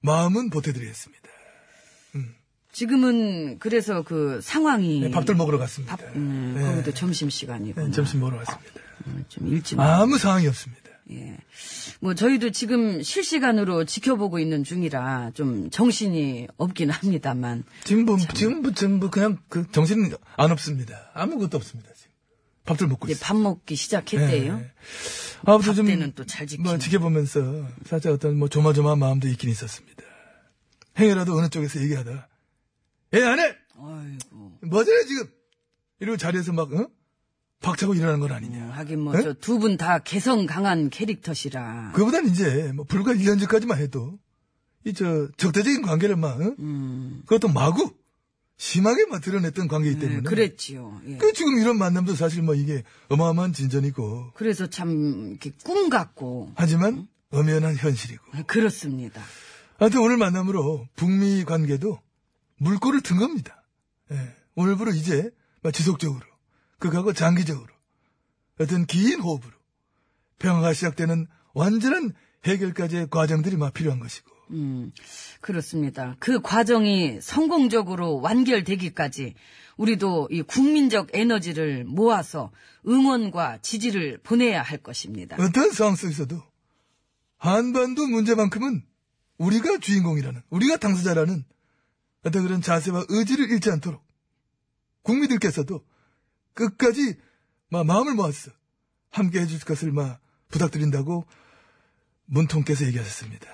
Speaker 9: 마음은 보태드리겠습니다.
Speaker 2: 지금은 그래서 그 상황이
Speaker 9: 네, 밥들 먹으러 갔습니다.
Speaker 2: 밥- 음, 거기도 점심 시간이고
Speaker 9: 네, 점심 먹으러 갔습니다.
Speaker 2: 좀 일찍
Speaker 9: 아무 상황이 없습니다.
Speaker 2: 뭐 저희도 지금 실시간으로 지켜보고 있는 중이라 좀 정신이 없긴 합니다만
Speaker 9: 지금 뭐, 지금 뭐, 지금 뭐 그냥 그 정신 안 없습니다. 아무것도 없습니다. 지금 밥들 먹고
Speaker 2: 이제
Speaker 9: 있어요.
Speaker 2: 밥 먹기 시작했대요.
Speaker 9: 네. 아무튼 좀
Speaker 2: 때는 또 잘 지키네.
Speaker 9: 뭐 지켜보면서 살짝 어떤 뭐 조마조마한 마음도 있긴 있었습니다. 행여라도 어느 쪽에서 얘기하다 예 안해
Speaker 2: 아이고
Speaker 9: 뭐잖아 지금 이러고 자리에서 막 어? 박차고 일어나는 건 아니냐.
Speaker 2: 하긴
Speaker 9: 네?
Speaker 2: 뭐 저 두 분 다 개성 강한 캐릭터시라
Speaker 9: 그보단 이제 뭐 불과 1년 전까지만 해도 이 저 적대적인 관계를 막 어?
Speaker 2: 음,
Speaker 9: 그것도 마구 심하게 막 드러냈던 관계이기
Speaker 2: 네,
Speaker 9: 때문에
Speaker 2: 그랬지요. 예.
Speaker 9: 그 지금 이런 만남도 사실 뭐 이게 어마어마한 진전이고
Speaker 2: 그래서 참 이렇게 꿈 같고 네,
Speaker 9: 하지만 엄연한 현실이고
Speaker 2: 그렇습니다.
Speaker 9: 하여튼 오늘 만남으로 북미 관계도 물꼬를 든 겁니다. 예. 오늘부로 이제 막 지속적으로 그하고 장기적으로 어떤 긴 호흡으로 평화가 시작되는 완전한 해결까지의 과정들이 막 필요한 것이고
Speaker 2: 음, 그렇습니다. 그 과정이 성공적으로 완결되기까지 우리도 이 국민적 에너지를 모아서 응원과 지지를 보내야 할 것입니다.
Speaker 9: 어떤 상황 속에서도 한반도 문제만큼은 우리가 주인공이라는 우리가 당사자라는 어떤 그런 자세와 의지를 잃지 않도록 국민들께서도 끝까지 마, 마음을 모아서 함께 해줄 것을 마, 부탁드린다고 문통께서 얘기하셨습니다.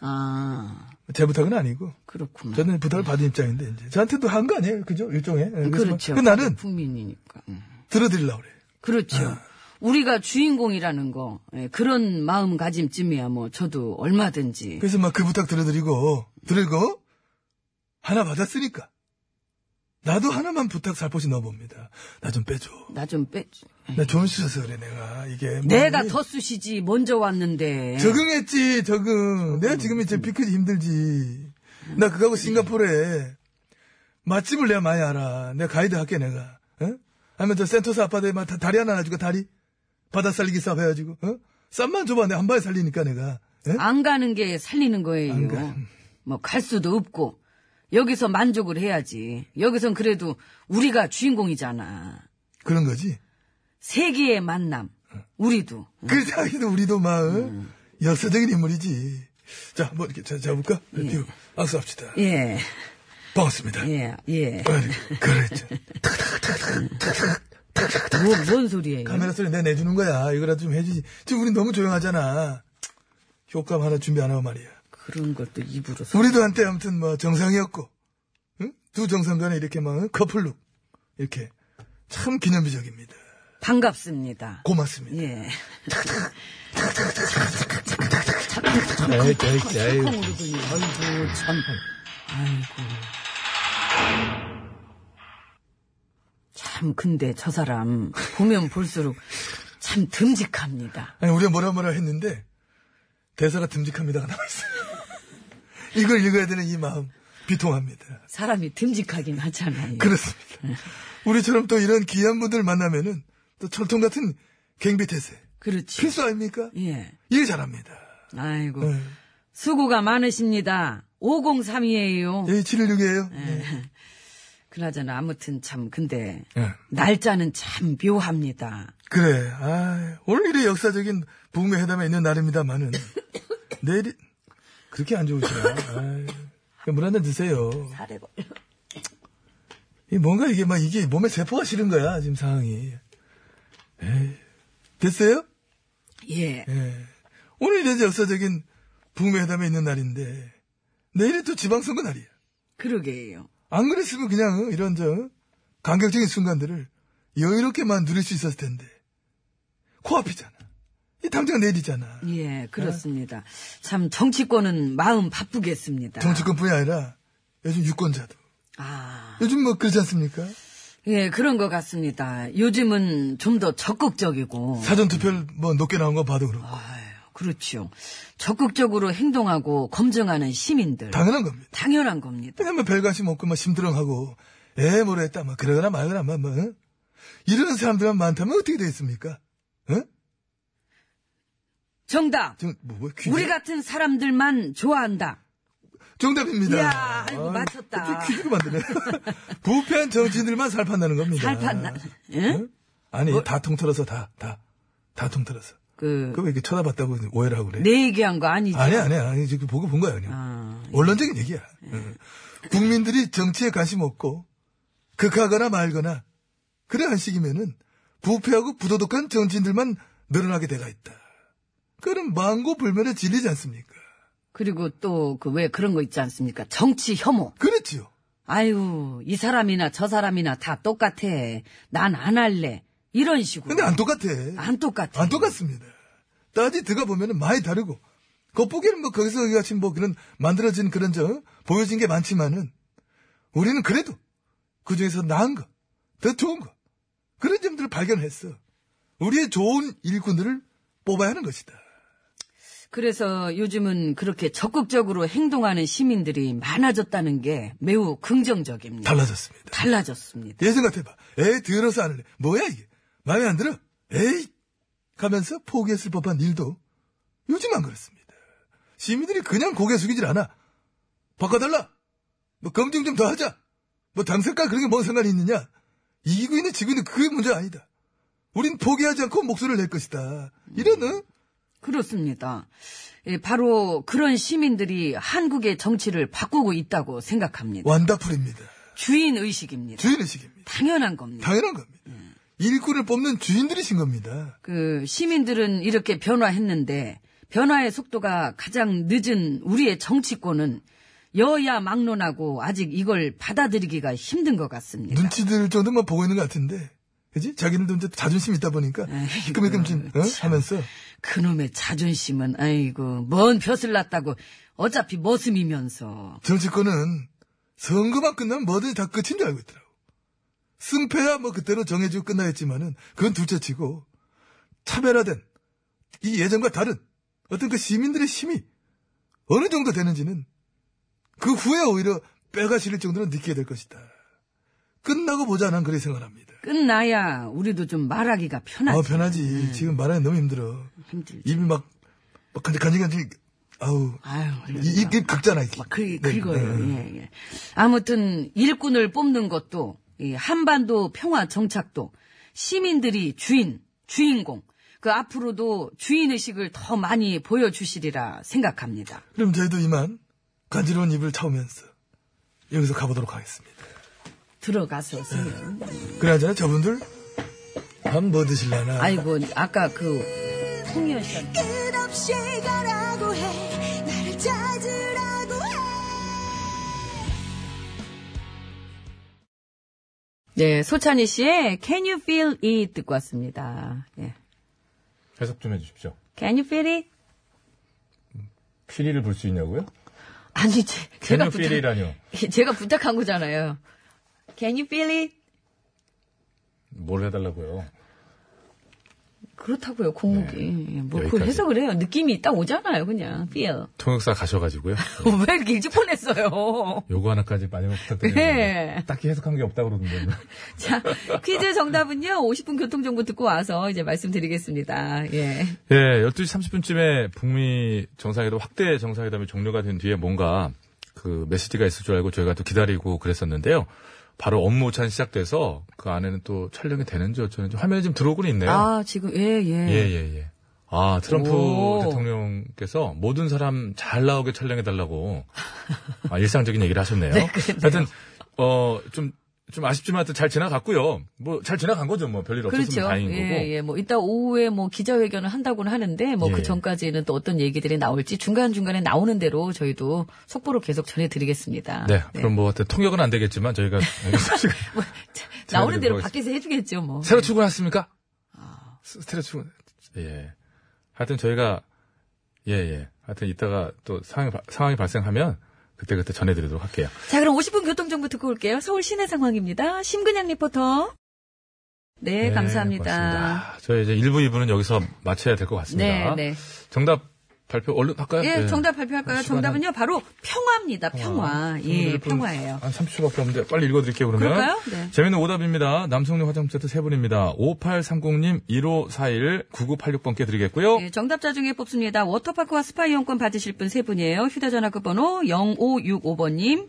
Speaker 2: 아,
Speaker 9: 제 부탁은 아니고
Speaker 2: 그렇구만.
Speaker 9: 저는 부탁을 받은 입장인데 이제 저한테도 한 거 아니에요, 그죠? 일종의. 예, 그래서
Speaker 2: 그렇죠.
Speaker 9: 그 나는
Speaker 2: 국민이니까. 음.
Speaker 9: 들어드리려고 그래.
Speaker 2: 그렇죠.
Speaker 9: 아.
Speaker 2: 우리가 주인공이라는 거 예, 그런 마음가짐쯤이야 뭐 저도 얼마든지
Speaker 9: 그래서 막 그 부탁 들어드리고, 들고, 하나 받았으니까. 나도 하나만 부탁 살포시 넣어봅니다. 나 좀 빼줘.
Speaker 2: 나 좀 빼.
Speaker 9: 나 좋은 씻어서 그래, 내가. 이게. 뭐
Speaker 2: 내가
Speaker 9: 마음이
Speaker 2: 더 쑤시지 먼저 왔는데.
Speaker 9: 적응했지, 적응. 내가 지금 이제 비크지 힘들지. 나 그거하고 싱가포르에 맛집을 내가 많이 알아. 내가 가이드 할게, 내가. 어? 아니면 저 센토스 아파트에 막 다- 다리 하나 놔주고 다리? 바다 살리기 사업 해가지고, 어? 쌈만 줘봐. 내가 한 방에 살리니까, 내가. 예?
Speaker 2: 안 가는 게 살리는
Speaker 9: 안
Speaker 2: 거예요.
Speaker 9: 가.
Speaker 2: 뭐 갈 수도 없고 여기서 만족을 해야지. 여기선 그래도 우리가 주인공이잖아.
Speaker 9: 그런 거지.
Speaker 2: 세계의 만남. 우리도
Speaker 9: 그 자기도 우리도 막 역사적인 인물이지. 자, 뭐 이렇게 자, 잡을까? 이거 악수합시다.
Speaker 2: 예,
Speaker 9: 반갑습니다.
Speaker 2: 예, 예.
Speaker 9: 아니, 그렇죠. 그랬죠.
Speaker 2: 뭐, 뭔 소리예요?
Speaker 9: 카메라 소리 내 내주는 거야. 이거라도 좀 해주지. 지금 우리 너무 조용하잖아. 효과음 하나 준비 안 하고 말이야.
Speaker 2: 그런 걸 또 입으로. 서-
Speaker 9: 우리도 한때 아무튼 뭐 정상이었고, 응? 두 정상 간에 이렇게 막 응? 커플룩 이렇게 참 기념비적입니다.
Speaker 2: 반갑습니다.
Speaker 9: 고맙습니다.
Speaker 2: 예.
Speaker 3: 네,
Speaker 9: 에이, 에이, 에이.
Speaker 2: 콩으로더니 아이고 참. 아이고. 참 근데 저 사람 보면 볼수록 참 듬직합니다.
Speaker 9: 아니, 우리가 뭐라 뭐라 했는데, 대사가 듬직합니다가 나와있어. 이걸 읽어야 되는 이 마음, 비통합니다.
Speaker 2: 사람이 듬직하긴 하잖아요.
Speaker 9: 그렇습니다. 우리처럼 또 이런 귀한 분들 만나면은, 또 철통 같은 갱비태세.
Speaker 2: 그렇지.
Speaker 9: 필수 아닙니까?
Speaker 2: 그렇죠. 예.
Speaker 9: 일 잘합니다.
Speaker 2: 아이고.
Speaker 9: 네.
Speaker 2: 수고가 많으십니다. 503이에요.
Speaker 9: 여기 예, 716이에요. 네.
Speaker 2: 그나저나 아무튼 참 근데
Speaker 9: 예.
Speaker 2: 날짜는 참 묘합니다.
Speaker 9: 그래, 아, 오늘 일의 역사적인 북미 회담에 있는 날입니다만은, 내일이, 그렇게 안 좋으시나. 아, 물한잔 드세요.
Speaker 2: 아래 걸려.
Speaker 9: 이 뭔가 이게 막 이게 몸에 세포가 싫은 거야 지금 상황이. 에이, 됐어요?
Speaker 2: 예.
Speaker 9: 예. 오늘 이제 역사적인 북미 회담에 있는 날인데 내일이 또 지방선거 날이야.
Speaker 2: 그러게요.
Speaker 9: 안 그랬으면 그냥 어, 이런 저 감격적인 순간들을 여유롭게만 누릴 수 있었을 텐데 코앞이잖아. 이 당장 내일이잖아.
Speaker 2: 예, 그렇습니다. 참 정치권은 마음 바쁘겠습니다.
Speaker 9: 정치권뿐이 아니라 요즘 유권자도.
Speaker 2: 아,
Speaker 9: 요즘 뭐 그렇지 않습니까?
Speaker 2: 예, 그런 것 같습니다. 요즘은 좀 더 적극적이고.
Speaker 9: 사전 투표를 뭐 높게 나온 거 봐도 그렇고
Speaker 2: 아유, 그렇죠. 적극적으로 행동하고 검증하는 시민들.
Speaker 9: 당연한 겁니다.
Speaker 2: 당연한 겁니다.
Speaker 9: 왜냐면 별관심 없고 막 심드렁하고 에 뭐라 했다 막 그러거나 말거나 막 뭐, 응? 이런 사람들만 많다면 어떻게 되겠습니까? 응?
Speaker 2: 정답.
Speaker 9: 지금 뭐, 뭐 퀴즈?
Speaker 2: 우리 같은 사람들만 좋아한다.
Speaker 9: 정답입니다.
Speaker 2: 이야, 아이고,
Speaker 9: 아유,
Speaker 2: 맞췄다.
Speaker 9: 갑자기 퀴즈를 만드네. 부패한 정치인들만 살판나는 겁니다.
Speaker 2: 살판나.
Speaker 9: 응? 아니
Speaker 2: 뭐-
Speaker 9: 다 통틀어서 다 다. 다 통틀어서.
Speaker 2: 그,
Speaker 9: 그거 왜 이렇게 쳐다봤다고 오해를 하고 그래?
Speaker 2: 내 얘기한 거 아니죠?
Speaker 9: 아니야, 아니야. 아니, 지금 보고 본 거야, 그냥.
Speaker 2: 네. 아, 네.
Speaker 9: 원론적인 얘기야. 응. 국민들이 정치에 관심 없고 극하거나 말거나 그래 한식이면은 부패하고 부도덕한 정치인들만 늘어나게 돼가 있다. 그는 망고 불면에 질리지 않습니까?
Speaker 2: 그리고 또 그 왜 그런 거 있지 않습니까? 정치 혐오.
Speaker 9: 그렇지요.
Speaker 2: 아유, 이 사람이나 저 사람이나 다 똑같아. 난 안 할래. 이런 식으로.
Speaker 9: 근데 안 똑같아.
Speaker 2: 안 똑같아.
Speaker 9: 안 똑같습니다. 따지 들어가 보면은 많이 다르고 겉보기에는 뭐 거기서 여기 같이 뭐 그런 만들어진 그런 저 보여진 게 많지만은 우리는 그래도 그 중에서 나은 거, 더 좋은 거 그런 점들을 발견했어. 우리의 좋은 일꾼들을 뽑아야 하는 것이다.
Speaker 2: 그래서 요즘은 그렇게 적극적으로 행동하는 시민들이 많아졌다는 게 매우 긍정적입니다.
Speaker 9: 달라졌습니다.
Speaker 2: 달라졌습니다.
Speaker 9: 예전 같아봐. 에이 들어서 안 할래. 뭐야 이게? 마음에 안 들어? 에이 하면서 포기했을 법한 일도 요즘 안 그렇습니다. 시민들이 그냥 고개 숙이질 않아. 바꿔달라. 뭐 검증 좀 더 하자. 뭐 당선과 그런 게 뭔 상관이 있느냐? 이기고 있는 지고 있는 그게 문제 아니다. 우린 포기하지 않고 목소리를 낼 것이다. 이러는
Speaker 2: 그렇습니다. 예, 바로 그런 시민들이 한국의 정치를 바꾸고 있다고 생각합니다.
Speaker 9: 완다풀입니다.
Speaker 2: 주인 의식입니다.
Speaker 9: 주인의식입니다.
Speaker 2: 당연한 겁니다.
Speaker 9: 당연한 겁니다. 일꾼을 뽑는 주인들이신 겁니다.
Speaker 2: 그 시민들은 이렇게 변화했는데 변화의 속도가 가장 늦은 우리의 정치권은 여야 막론하고 아직 이걸 받아들이기가 힘든 것 같습니다.
Speaker 9: 눈치 들 정도만 보고 있는 것 같은데. 그지? 자기는 좀 자존심 이 있다 보니까.
Speaker 2: 에이,
Speaker 9: 끔끔끔 어? 하면서.
Speaker 2: 그놈의 자존심은 아이고 먼 벼슬 났다고 어차피 머슴이면서
Speaker 9: 정치권은 선거만 끝나면 뭐든지 다 끝인 줄 알고 있더라고. 승패야 뭐 그대로 정해지고 끝나겠지만은 그건 둘째 치고 차별화된 이 예전과 다른 어떤 그 시민들의 힘이 어느 정도 되는지는 그 후에 오히려 빼가 실릴 정도로 느끼게 될 것이다. 끝나고 보자 난 그렇게 생각합니다.
Speaker 2: 끝나야 우리도 좀 말하기가 편하지
Speaker 9: 아 편하지. 지금 말하기 너무 힘들어.
Speaker 2: 힘들지.
Speaker 9: 입이 막, 막 간질 간질 아우
Speaker 2: 아유
Speaker 9: 이- 입이 긁잖아. 이게.
Speaker 2: 막 그,
Speaker 9: 네,
Speaker 2: 긁어요.
Speaker 9: 네.
Speaker 2: 예, 예. 아무튼 일꾼을 뽑는 것도 이 한반도 평화 정착도 시민들이 주인, 주인공 그 앞으로도 주인 의식을 더 많이 보여주시리라 생각합니다.
Speaker 9: 그럼 저희도 이만 간지러운 입을 차오면서 여기서 가보도록 하겠습니다.
Speaker 2: 들어가서 쓰면.
Speaker 9: 그나저나 저분들 밥 뭐 드실라나?
Speaker 2: 아이고 아까 그 홍현 씨
Speaker 10: 끝없이 가라고 해 나를 찾으라고 해
Speaker 2: 네, 소찬희 씨의 Can You Feel It 듣고 왔습니다. 예.
Speaker 3: 해석 좀 해주십시오.
Speaker 2: Can You Feel It?
Speaker 3: 피리를 볼 수 있냐고요?
Speaker 2: 아니, 제,
Speaker 3: Can
Speaker 2: 제가,
Speaker 3: you feel it 아니요.
Speaker 2: 부탁, 예, 제가 부탁한 거잖아요. Can You Feel It?
Speaker 3: 뭘 해달라고요?
Speaker 2: 그렇다고요, 공목이. 예, 뭐, 그
Speaker 3: 네, 여기까지.
Speaker 2: 해석을 해요. 느낌이 딱 오잖아요, 그냥. Feel.
Speaker 3: 통역사 가셔가지고요.
Speaker 2: 왜 이렇게 일찍 보냈어요?
Speaker 3: 요거 하나까지 많이 부탁드립니다.
Speaker 2: 네.
Speaker 3: 딱히 해석한 게 없다고 그러던데.
Speaker 2: 자, 퀴즈 정답은요, 50분 교통정보 듣고 와서 이제 말씀드리겠습니다. 예.
Speaker 3: 예, 12시 30분쯤에 북미 정상회담, 확대 정상회담이 종료가 된 뒤에 뭔가 그 메시지가 있을 줄 알고 저희가 또 기다리고 그랬었는데요. 바로 업무 오찬 시작돼서 그 안에는 또 촬영이 되는지 어쩌는지 화면이 지금 들어오고는 있네요.
Speaker 2: 아, 지금, 예,
Speaker 3: 예,
Speaker 2: 예.
Speaker 3: 예, 예. 아, 트럼프
Speaker 2: 오.
Speaker 3: 대통령께서 모든 사람 잘 나오게 촬영해달라고, 아, 일상적인 얘기를 하셨네요. 하여튼, 어, 좀, 좀 아쉽지만 하여튼 잘 지나갔고요. 뭐, 잘 지나간 거죠. 뭐, 별일 없었으면
Speaker 2: 그렇죠.
Speaker 3: 다행인 거고.
Speaker 2: 예, 예. 뭐, 이따 오후에 뭐, 기자회견을 한다고는 하는데, 뭐,
Speaker 3: 예.
Speaker 2: 그 전까지는 또 어떤 얘기들이 나올지 중간중간에 나오는 대로 저희도 속보로 계속
Speaker 5: 아,
Speaker 2: 전해드리겠습니다.
Speaker 3: 네, 그럼 뭐, 하여튼 통역은 안 되겠지만 저희가
Speaker 2: 뭐, 자, 나오는 대로
Speaker 3: 전해드리도록
Speaker 2: 밖에서 해주겠죠, 뭐.
Speaker 5: 아.
Speaker 3: 새로 출근했습니까? 스트레스 출근. 예. 하여튼 저희가 예, 예. 하여튼 이따가 또 상황이, 바- 상황이 발생하면 그때그때 전해드리도록 할게요.
Speaker 5: 자, 그럼 50분 교통정보 듣고 올게요. 서울 시내 상황입니다. 심근양 리포터. 네, 감사합니다.
Speaker 3: 고맙습니다. 아, 저희 이제 1부, 2부는 여기서 마쳐야 될 것 같습니다.
Speaker 5: 네, 네.
Speaker 3: 정답 발표 얼른 할까요?
Speaker 5: 예,
Speaker 3: 네. 아,
Speaker 5: 정답 발표할까요?
Speaker 3: 시간
Speaker 5: 정답은요, 바로 평화입니다. 평화. 예,
Speaker 3: 정답을 좀-
Speaker 5: 평화예요.
Speaker 3: 한 30초밖에 없는데 빨리 읽어드릴게요, 그러면.
Speaker 5: 그럴까요? 네.
Speaker 3: 재밌는 오답입니다. 남성용 화장품 세트 세 분입니다. 5830님, 1541, 9986번께 드리겠고요.
Speaker 5: 예, 정답자 중에 뽑습니다. 워터파크와 스파 이용권 받으실 분 세 분이에요. 휴대전화 끝번호 0565번님,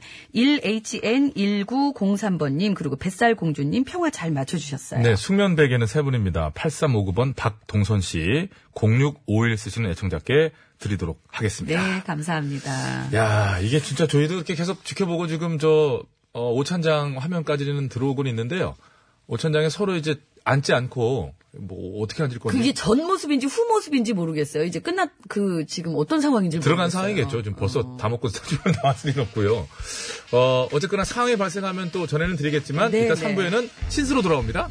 Speaker 5: 1HN1903번님, 그리고 뱃살공주님 평화 잘 맞춰주셨어요.
Speaker 3: 네, 숙면 베개는 세 분입니다. 8359번 박동선 씨, 0651 쓰시는 애청자께 드리도록 하겠습니다.
Speaker 5: 네, 감사합니다.
Speaker 10: 네.
Speaker 3: 야, 이게 진짜 저희도 이렇게 계속 지켜보고 지금 저 어, 오천장 화면까지는 들어오곤 있는데요. 오천장에 서로 이제 앉지 않고 뭐 어떻게 앉을 건지
Speaker 10: 그게 전 모습인지 후 모습인지 모르겠어요. 이제 끝났 그 지금 어떤 상황인지
Speaker 3: 들어간
Speaker 10: 모르겠어요.
Speaker 3: 상황이겠죠. 지금 벌써 다 먹고 사주면 나왔을 리가 없고요. 어, 어쨌거나 상황이 발생하면 또 전에는 드리겠지만
Speaker 10: 네,
Speaker 3: 일단
Speaker 10: 네.
Speaker 3: 3부에는 신스로 돌아옵니다.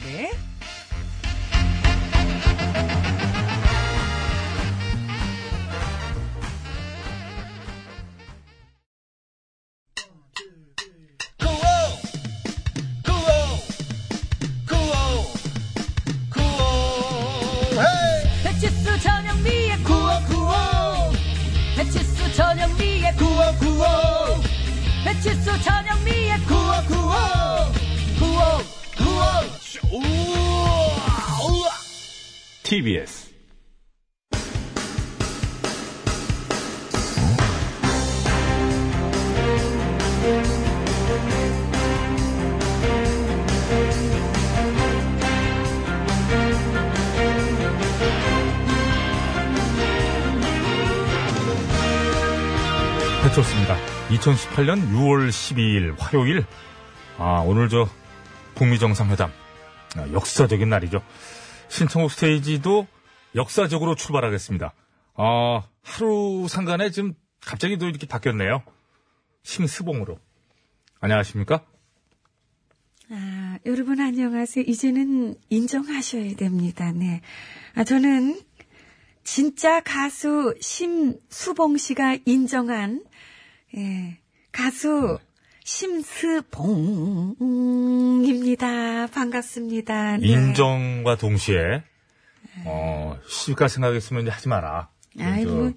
Speaker 10: 배치수 전영미의 구호 구호 배치수 전영미의 구호 구호 배치수 전영미의 구호
Speaker 3: TBS 배쳤습니다. 2018년 6월 12일 화요일 아 오늘 저 북미 정상회담 아, 역사적인 날이죠. 신청곡 스테이지도 역사적으로 출발하겠습니다. 아, 하루 상간에 지금 갑자기 또 이렇게 바뀌었네요. 심수봉으로. 안녕하십니까?
Speaker 5: 아, 여러분 안녕하세요. 이제는 인정하셔야 됩니다. 네. 아, 저는 진짜 가수 심수봉 씨가 인정한 예, 가수 심수봉입니다. 반갑습니다. 네.
Speaker 3: 예. 인정과 동시에, 어, 시집갈 생각했으면 이제 하지 마라.
Speaker 5: 아이
Speaker 3: 저,
Speaker 5: 뭐,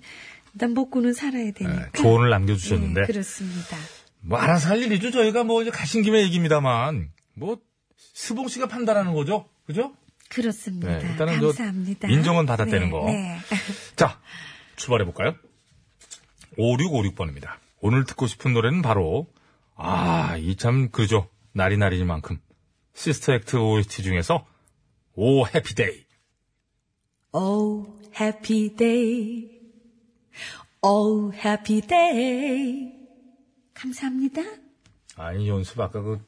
Speaker 5: 일단 먹고는 살아야 되니까.
Speaker 3: 예, 조언을
Speaker 5: 예,
Speaker 3: 남겨주셨는데.
Speaker 5: 그렇습니다.
Speaker 3: 뭐 알아서 할 일이죠. 저희가 뭐 이제 가신 김에 얘기입니다만. 뭐, 스봉 씨가 판단하는 거죠. 그죠?
Speaker 5: 그렇습니다.
Speaker 3: 네, 일단은 저
Speaker 5: 감사합니다.
Speaker 3: 인정은 받았다는
Speaker 5: 네,
Speaker 3: 거.
Speaker 5: 네.
Speaker 3: 자, 출발해볼까요? 5656번입니다. 오늘 듣고 싶은 노래는 바로, 아, 이 참 그죠. 날이 날이니만큼. 시스터 액트 OST 중에서, 오, 해피데이.
Speaker 5: Oh, happy day. Oh, happy day. 감사합니다.
Speaker 3: 아니, 연습 아까 그,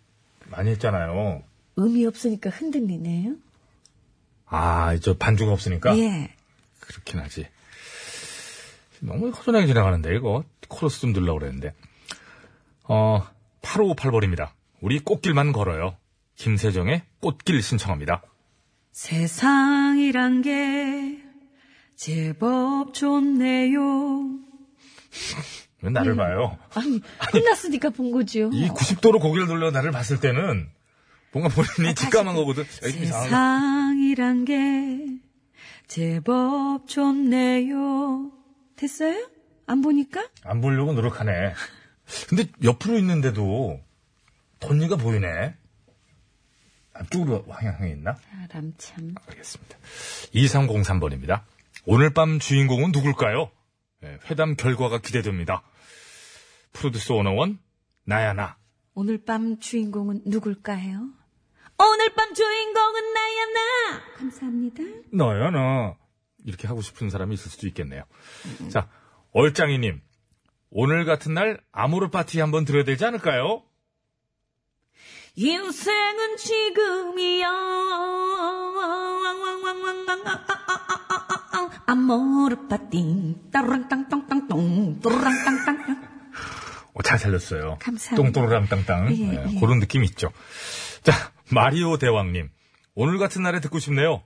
Speaker 3: 많이 했잖아요.
Speaker 5: 음이 없으니까 흔들리네요.
Speaker 3: 아, 저 반주가 없으니까.
Speaker 5: 예.
Speaker 3: 그렇긴 하지. 너무 허전하게 지나가는데, 이거. 코러스 좀 들려고 그랬는데. 어, 8558번입니다. 우리 꽃길만 걸어요. 김세정의 꽃길 신청합니다.
Speaker 5: 세상이란 게 제법 좋네요.
Speaker 3: 왜 나를 봐요?
Speaker 5: 아니, 끝났으니까 본 거죠.
Speaker 3: 이 90도로 고개를 돌려 나를 봤을 때는 뭔가 본인이 직감한 거거든. 야, 이거 이상하다.
Speaker 5: 세상이란 게 제법 좋네요. 됐어요? 안 보니까?
Speaker 3: 안 보려고 노력하네. 근데 옆으로 있는데도 돈니가 보이네. 앞쪽으로 향해 있나?
Speaker 5: 아, 사람 참.
Speaker 3: 알겠습니다. 2303번입니다. 오늘 밤 주인공은 누굴까요? 예, 회담 결과가 기대됩니다. 프로듀스 101, 나야 나.
Speaker 5: 오늘 밤 주인공은 누굴까요? 오늘 밤 주인공은 나야 나. 감사합니다.
Speaker 3: 너야 너 이렇게 하고 싶은 사람이 있을 수도 있겠네요. 자 얼짱이님 오늘 같은 날 아모르 파티 한번 들어야 되지 않을까요?
Speaker 5: 인생은 지금이야. 아모르파띵 따랑땅땅땅똥 또랑땅땅땅
Speaker 3: 어, 잘 살렸어요.
Speaker 5: 감사합니다.
Speaker 3: 똥또로람 땅땅
Speaker 5: 예,
Speaker 3: 예,
Speaker 5: 예.
Speaker 3: 그런 느낌 이 있죠. 자 마리오 대왕님 오늘 같은 날에 듣고 싶네요.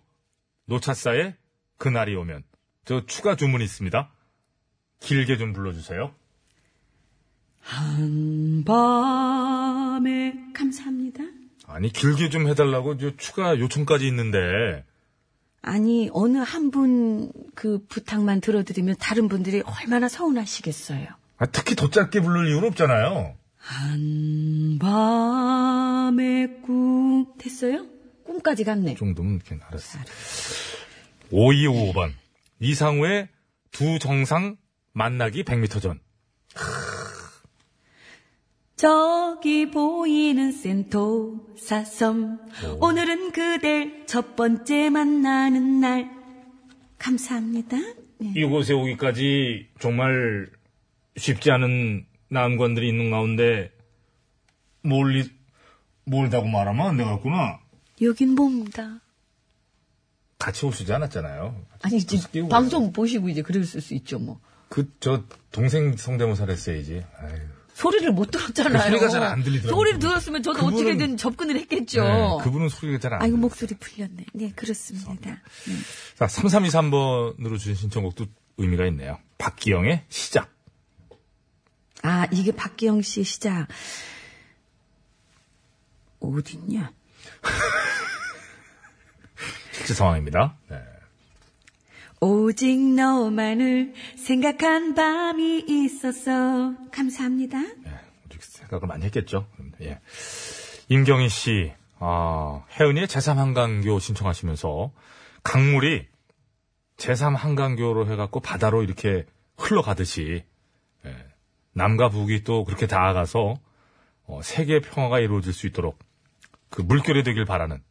Speaker 3: 노차사의 그날이 오면 저 추가 주문이 있습니다. 길게 좀 불러주세요.
Speaker 5: 한밤에 감사합니다.
Speaker 3: 아니 길게 좀 해달라고 저 추가 요청까지 있는데
Speaker 5: 아니 어느 한 분 그 부탁만 들어드리면 다른 분들이 얼마나 서운하시겠어요.
Speaker 3: 아, 특히 더 짧게 부를 이유는 없잖아요.
Speaker 5: 한밤의 꿈 됐어요? 꿈까지 갔네.
Speaker 3: 이 정도면 이렇게 알았어. 5255번. 이상우의 두 정상 만나기 100m 전.
Speaker 5: 저기 보이는 센토사섬 오늘은 그댈 첫 번째 만나는 날 감사합니다.
Speaker 11: 이곳에 오기까지 정말 쉽지 않은 난관들이 있는 가운데 멀리 멀다고 말하면 안 되겠구나.
Speaker 5: 여긴 뭡니다.
Speaker 11: 같이 오시지 않았잖아요.
Speaker 2: 아니 이제
Speaker 3: 뭐.
Speaker 11: 끼우고
Speaker 2: 방송 보시고 이제 글을 쓸 수 있죠 뭐
Speaker 3: 그 저 동생 성대모사를 했어야지. 아유.
Speaker 2: 소리를 못 들었잖아요.
Speaker 3: 그 소리가 잘안 들리더라고요.
Speaker 2: 소리를 들었으면 저도
Speaker 3: 그분은-
Speaker 2: 어떻게든 접근을 했겠죠.
Speaker 3: 네, 그분은 소리가 잘 안 나요.
Speaker 5: 목소리 풀렸네. 네 그렇습니다.
Speaker 3: 자, 3323번으로 주신 신청곡도 의미가 있네요. 박기영의 시작.
Speaker 5: 아 이게 박기영 씨 시작 어딨냐?
Speaker 3: 실제 상황입니다. 네.
Speaker 5: 오직 너만을 생각한 밤이 있었어. 감사합니다.
Speaker 3: 예, 아주 생각을 많이 했겠죠. 그럼요. 예. 임경희 씨, 아, 혜은이의 제3한강교 신청하시면서 강물이 제3한강교로 해갖고 바다로 이렇게 흘러가듯이 예, 남과 북이 또 그렇게 다가가서 어, 세계 평화가 이루어질 수 있도록 그 물결이 되길 바라는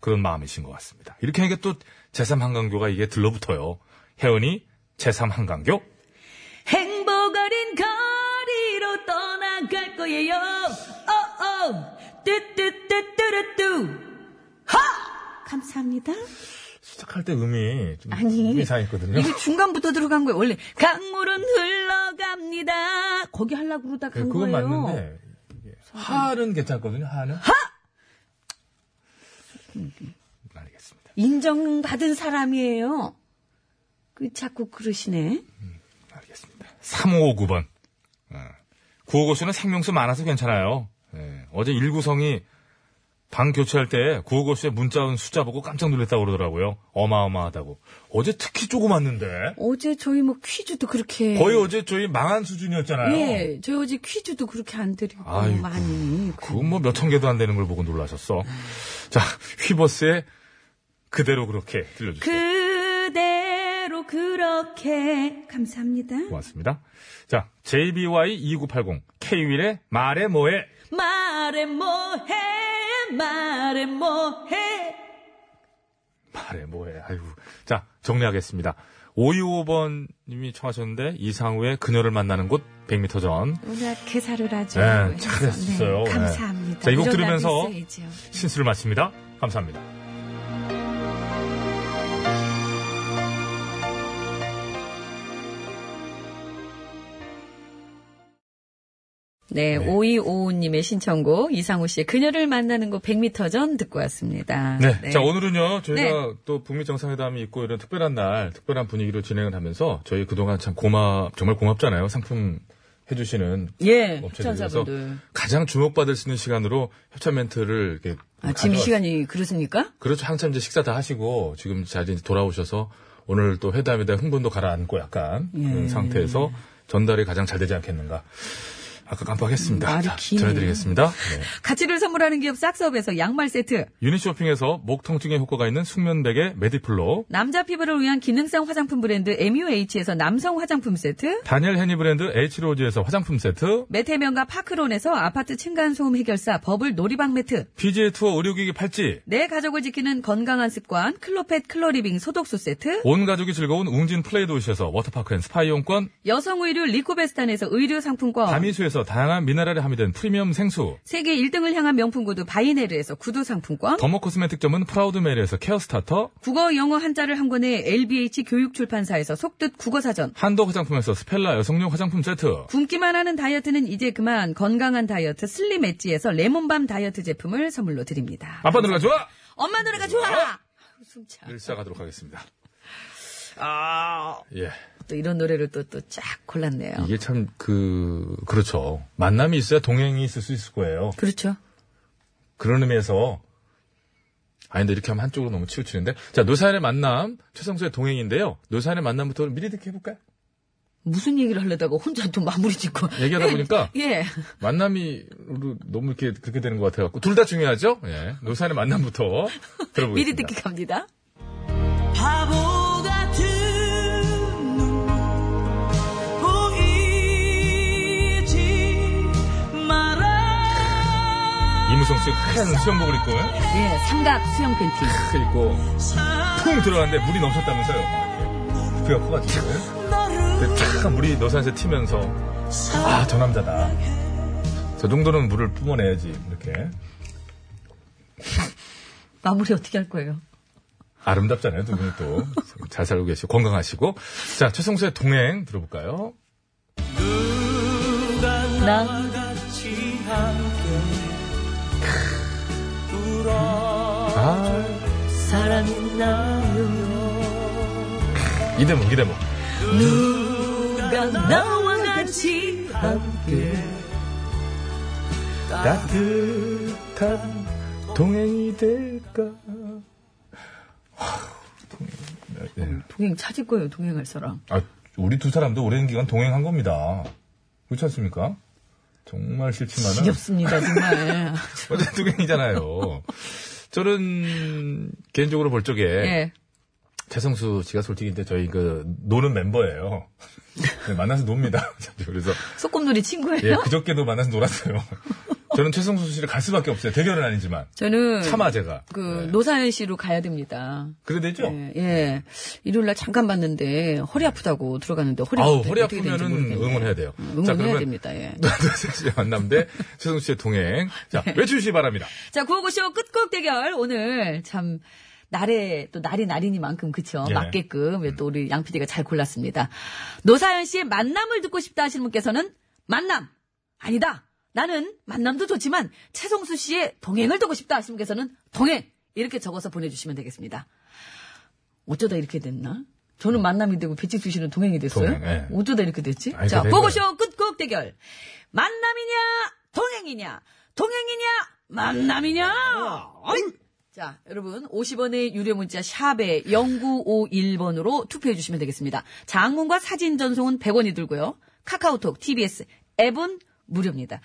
Speaker 3: 그런 마음이신 것 같습니다. 이렇게 하니까 또 제3한강교가 이게 들러붙어요. 혜은이 제3한강교
Speaker 5: 행복 어린 거리로 떠나갈 거예요.
Speaker 2: 어,
Speaker 5: 어어. 뚜뚜뚜뚜루뚜. 하! 감사합니다.
Speaker 3: 시작할 때 음이 좀
Speaker 2: 아니,
Speaker 3: 이상했거든요.
Speaker 2: 이게 중간부터 들어간 거예요. 원래 강물은 흘러갑니다. 거기 하려고 그러다
Speaker 3: 네,
Speaker 2: 간
Speaker 3: 그건
Speaker 2: 거예요.
Speaker 3: 맞는데 이게 하는 괜찮거든요. 하는. 알겠습니다.
Speaker 2: 인정받은 사람이에요. 그 자꾸 그러시네.
Speaker 3: 알겠습니다. 3559번. 955쇼는 생명수 많아서 괜찮아요. 예, 어제 일구성이 방 교체할 때 955쇼에 문자 온 숫자 보고 깜짝 놀랐다고 그러더라고요. 어마어마하다고. 어제 특히 조그맣는데.
Speaker 2: 어제 저희 뭐 퀴즈도 그렇게
Speaker 3: 거의 어제 저희 망한 수준이었잖아요.
Speaker 2: 예, 저희 어제 퀴즈도 그렇게 안 드리고
Speaker 3: 아이고,
Speaker 2: 많이
Speaker 3: 그건 뭐 몇 천 개도 안 되는 걸 보고 놀라셨어. 자, 휘버스의 그대로 그렇게 들려주세요.
Speaker 5: 그대로 그렇게. 감사합니다.
Speaker 3: 고맙습니다. 자, JBY2980, K-윌의 말해 뭐해.
Speaker 5: 말해 뭐해. 말해 뭐해.
Speaker 3: 말해 뭐해. 아이고. 자, 정리하겠습니다. 525번님이 청하셨는데, 이상우의 그녀를 만나는 곳 100m 전.
Speaker 5: 오늘 개사를 아주
Speaker 3: 네,
Speaker 5: 해서,
Speaker 3: 잘했어요. 네.
Speaker 5: 감사합니다.
Speaker 3: 자, 이곡
Speaker 5: 이런
Speaker 3: 들으면서
Speaker 5: 날도 있어야지요.
Speaker 3: 신수를 마칩니다. 감사합니다.
Speaker 2: 네,
Speaker 3: 네.
Speaker 2: 5255님의 신청곡 이상우 씨의 그녀를 만나는 곳 100m 전 듣고 왔습니다.
Speaker 3: 네. 자, 오늘은요, 저희가
Speaker 2: 네.
Speaker 3: 또 북미 정상회담이 있고 이런 특별한 날, 특별한 분위기로 진행을 하면서 저희 그동안 참 고마, 정말 고맙잖아요. 상품 해주시는
Speaker 2: 예,
Speaker 3: 업체들에서
Speaker 2: 협찬사분들.
Speaker 3: 가장 주목받을 수 있는 시간으로 협찬 멘트를 이렇게.
Speaker 2: 아, 지금 이
Speaker 3: 가져왔-
Speaker 2: 시간이 그렇습니까?
Speaker 3: 그렇죠. 한참 이제 식사 다 하시고 지금 자 이제 돌아오셔서 오늘 또 회담에 대한 흥분도 가라앉고 약간
Speaker 2: 예.
Speaker 3: 그런 상태에서 전달이 가장 잘 되지 않겠는가. 아까 깜빡했습니다.
Speaker 2: 말이
Speaker 3: 자,
Speaker 2: 기네.
Speaker 3: 전해드리겠습니다. 네.
Speaker 2: 가치를 선물하는 기업 싹스업에서 양말 세트,
Speaker 3: 유니쇼핑에서 목 통증에 효과가 있는 숙면베개 메디플로
Speaker 2: 남자 피부를 위한 기능성 화장품 브랜드 MUH에서 남성 화장품 세트,
Speaker 3: 다니엘 헤니 브랜드 H로즈에서 화장품 세트
Speaker 2: 메테면과 파크론에서 아파트 층간소음 해결사 버블 놀이방 매트,
Speaker 3: PGA 투어 의료기기 팔찌
Speaker 2: 내 가족을 지키는 건강한 습관 클로펫 클로리빙 소독수 세트,
Speaker 3: 온 가족이 즐거운 웅진 플레이 도시에서 워터파크 앤 스파 이용권
Speaker 2: 여성 의류 리코베스탄에서 의류 상품권,
Speaker 3: 다미수에서 다양한 미네랄이 함유된 프리미엄 생수
Speaker 2: 세계 1등을 향한 명품 구두 바이네르에서 구두 상품권,
Speaker 3: 더머 코스메틱점은 프라우드메리에서 케어 스타터
Speaker 2: 국어 영어 한자를 한 권에 LBH 교육출판사에서 속뜻 국어사전.
Speaker 3: 한독 화장품에서 스펠라 여성용 화장품 세트
Speaker 2: 굶기만 하는 다이어트는 이제 그만 건강한 다이어트 슬림 엣지에서 레몬밤 다이어트 제품을 선물로 드립니다.
Speaker 3: 아빠 노래가 좋아! 뭐?
Speaker 2: 엄마 노래가 좋아! 아유, 숨차.
Speaker 3: 늘 시작하도록 하겠습니다.
Speaker 2: 아,
Speaker 3: 예.
Speaker 2: 또 이런 노래를 또, 또 쫙 골랐네요.
Speaker 3: 이게 참, 그, 그렇죠. 만남이 있어야 동행이 있을 수 있을 거예요.
Speaker 2: 그렇죠.
Speaker 3: 그런 의미에서 아닌데 이렇게 하면 한쪽으로 너무 치우치는데 자 노사연의 만남 최성수의 동행인데요 노사연의 만남부터 미리 듣게 해볼까요?
Speaker 2: 무슨 얘기를 하려다가 혼자 또 마무리 짓고.
Speaker 3: 얘기하다 보니까
Speaker 2: 예.
Speaker 3: 만남이 너무 이렇게 그렇게 되는 것 같아갖고 둘 다 중요하죠? 예 노사연의 만남부터 들어보겠습니다
Speaker 2: 미리 듣기 갑니다.
Speaker 10: 바보 같은 눈 보이지 마라
Speaker 3: 이무성 씨큰 수영복을 입고
Speaker 2: 예, 삼각 수영 팬티.
Speaker 3: 크 입고 퉁 들어갔는데 물이 넘쳤다면서요 이렇게 부피가 커가지고 근데 탁 물이 노사연에서 튀면서 아 저 남자다 저 정도는 물을 뿜어내야지 이렇게
Speaker 2: 마무리 어떻게 할 거예요?
Speaker 3: 아름답잖아요, 두 분이 또. 잘 살고 계시고, 건강하시고. 자, 최성수의 동행 들어볼까요?
Speaker 2: 나
Speaker 3: 아,
Speaker 2: 사랑이 나요.
Speaker 3: 이 대목, 이 대목.
Speaker 2: 누가 나와 같이
Speaker 3: 따뜻한 동행이 될까? 하, 동행. 네.
Speaker 2: 동행 찾을 거예요, 동행할 사람.
Speaker 3: 아, 우리 두 사람도 오랜 기간 동행한 겁니다. 그렇지 않습니까? 정말 싫지만은.
Speaker 2: 지겹습니다, 정말.
Speaker 3: 어제 동행이잖아요. 저는 개인적으로 볼 적에.
Speaker 2: 예.
Speaker 3: 최성수 씨가 솔직히 이제 저희 그 노는 멤버예요. 네, 만나서 놉니다. 자주. 그래서
Speaker 2: 소꿉놀이 친구예요?
Speaker 3: 예, 그저께도 만나서 놀았어요. 저는 최성수 씨를 갈 수밖에 없어요. 대결은 아니지만
Speaker 2: 저는
Speaker 3: 차마 제가
Speaker 2: 그
Speaker 3: 네.
Speaker 2: 노사연 씨로 가야 됩니다.
Speaker 3: 그래 되죠.
Speaker 2: 예, 예. 일요일 날 잠깐 봤는데 허리 아프다고 들어갔는데 허리
Speaker 3: 아우
Speaker 2: 아프다.
Speaker 3: 허리
Speaker 2: 어떻게 되는지
Speaker 3: 아프면은
Speaker 2: 모르겠네.
Speaker 3: 응원해야 돼요. 자
Speaker 2: 응원해야
Speaker 3: 그러면
Speaker 2: 됩니다. 예.
Speaker 3: 노세 씨의 네, 만남 대 최성수 씨의 동행. 자
Speaker 2: 네.
Speaker 3: 외출시 바랍니다.
Speaker 2: 자, 구호고쇼 끝곡 대결. 오늘 참, 날에, 또 날이 날이니만큼, 그쵸?
Speaker 3: 예.
Speaker 2: 맞게끔, 예, 또 우리 양 PD가 잘 골랐습니다. 노사연 씨의 만남을 듣고 싶다 하시는 분께서는, 만남! 아니다! 나는 만남도 좋지만, 최성수 씨의 동행을 듣고 싶다 하시는 분께서는, 동행! 이렇게 적어서 보내주시면 되겠습니다. 어쩌다 이렇게 됐나? 저는 만남이 되고 배치수 씨는 동행이 됐어요.
Speaker 3: 동행, 예.
Speaker 2: 어쩌다 이렇게 됐지?
Speaker 3: 아, 이렇게
Speaker 2: 자,
Speaker 3: 된
Speaker 2: 보고쇼 끝곡 대결. 만남이냐, 동행이냐, 동행이냐, 만남이냐. 어이! 자, 여러분, 50원의 유료 문자 샵에 0951번으로 투표해 주시면 되겠습니다. 장문과 사진 전송은 100원이 들고요. 카카오톡, TBS, 앱은 무료입니다.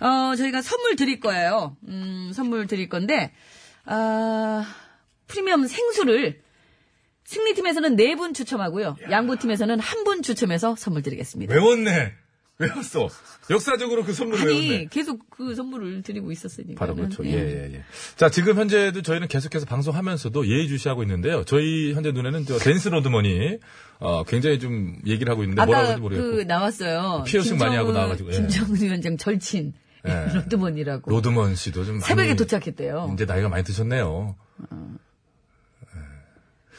Speaker 2: 어, 저희가 선물 드릴 거예요. 음, 선물 드릴 건데, 아, 프리미엄 생수를 승리팀에서는 4분 추첨하고요. 양보팀에서는 1분 추첨해서 선물 드리겠습니다.
Speaker 3: 외웠네. 외웠어. 역사적으로 그 선물을 외웠네.
Speaker 2: 아니 네. 계속 그 선물을 드리고 있었으니까.
Speaker 3: 바로 그렇죠. 예, 예, 예. 자, 지금 현재도 저희는 계속해서 방송하면서도 예의주시하고 있는데요. 저희 현재 눈에는 저 댄스 로드머니, 어, 굉장히 좀 얘기를 하고 있는데 뭐라고
Speaker 2: 아까
Speaker 3: 하는지 모르겠고.
Speaker 2: 그 나왔어요.
Speaker 3: 피어싱 많이 하고
Speaker 2: 김정은-
Speaker 3: 나와가지고, 예.
Speaker 2: 김정은 위원장 절친
Speaker 3: 예.
Speaker 2: 로드먼이라고.
Speaker 3: 로드먼 씨도 좀.
Speaker 2: 그 새벽에
Speaker 3: 많이 음.
Speaker 2: 도착했대요.
Speaker 3: 이제 나이가 많이 드셨네요.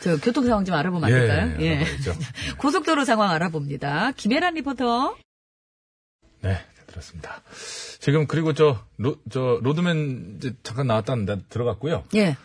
Speaker 2: 저 교통 상황 좀 알아보면 안
Speaker 3: 예,
Speaker 2: 될까요?
Speaker 3: 예, 알아봐야죠.
Speaker 2: 고속도로 상황 알아봅니다. 김혜란 리포터.
Speaker 3: 네, 잘 들었습니다. 지금 그리고 저, 로, 저, 로드맨 이제 잠깐 나왔다는데 들어갔고요.
Speaker 2: 예.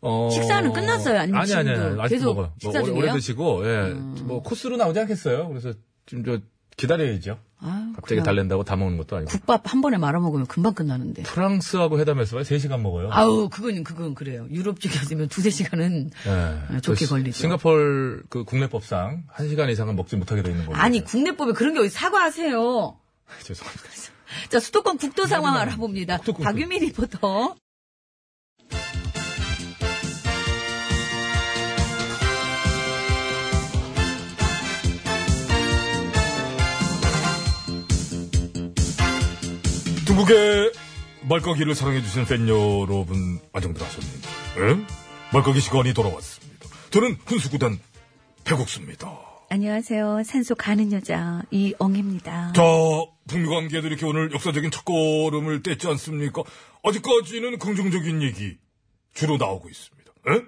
Speaker 3: 어.
Speaker 2: 식사는 끝났어요? 아니면
Speaker 3: 아니, 아니, 아니.
Speaker 2: 지금도
Speaker 3: 아직
Speaker 2: 계속
Speaker 3: 먹어요. 뭐
Speaker 2: 식사
Speaker 3: 오래- 오래
Speaker 2: 중이에요? 음.
Speaker 3: 드시고, 예. 뭐 코스로 나오지 않겠어요. 그래서 지금 저 기다려야죠.
Speaker 2: 아,
Speaker 3: 갑자기
Speaker 2: 그냥
Speaker 3: 달랜다고 다 먹는 것도 아니고.
Speaker 2: 국밥 한 번에 말아 먹으면 금방 끝나는데.
Speaker 3: 프랑스하고 회담했어요. 3시간 먹어요.
Speaker 2: 아우, 그건 그건 그래요. 유럽 쪽이었으면 두세 시간은
Speaker 3: 예.
Speaker 2: 아, 좋게
Speaker 3: 그
Speaker 2: 걸리죠.
Speaker 3: 싱가폴 그 국내법상 1시간 이상은 먹지 못하게 돼 있는 거예요.
Speaker 2: 아니 국내법에 그런 게 어디 사과하세요.
Speaker 3: 죄송합니다.
Speaker 2: 자, 수도권 국도 상황 알아봅니다.
Speaker 3: 네, 국토.
Speaker 2: 박유미 리포터.
Speaker 3: 중국의 말까기를 사랑해주신 팬 여러분, 안정들 하셨는지. 말까기 시간이 돌아왔습니다. 저는 훈수구단 배국수입니다.
Speaker 2: 안녕하세요. 산소 가는 여자 이엉입니다.
Speaker 3: 자, 북미 관계도 이렇게 오늘 역사적인 첫걸음을 뗐지 않습니까? 아직까지는 긍정적인 얘기 주로 나오고 있습니다. 에?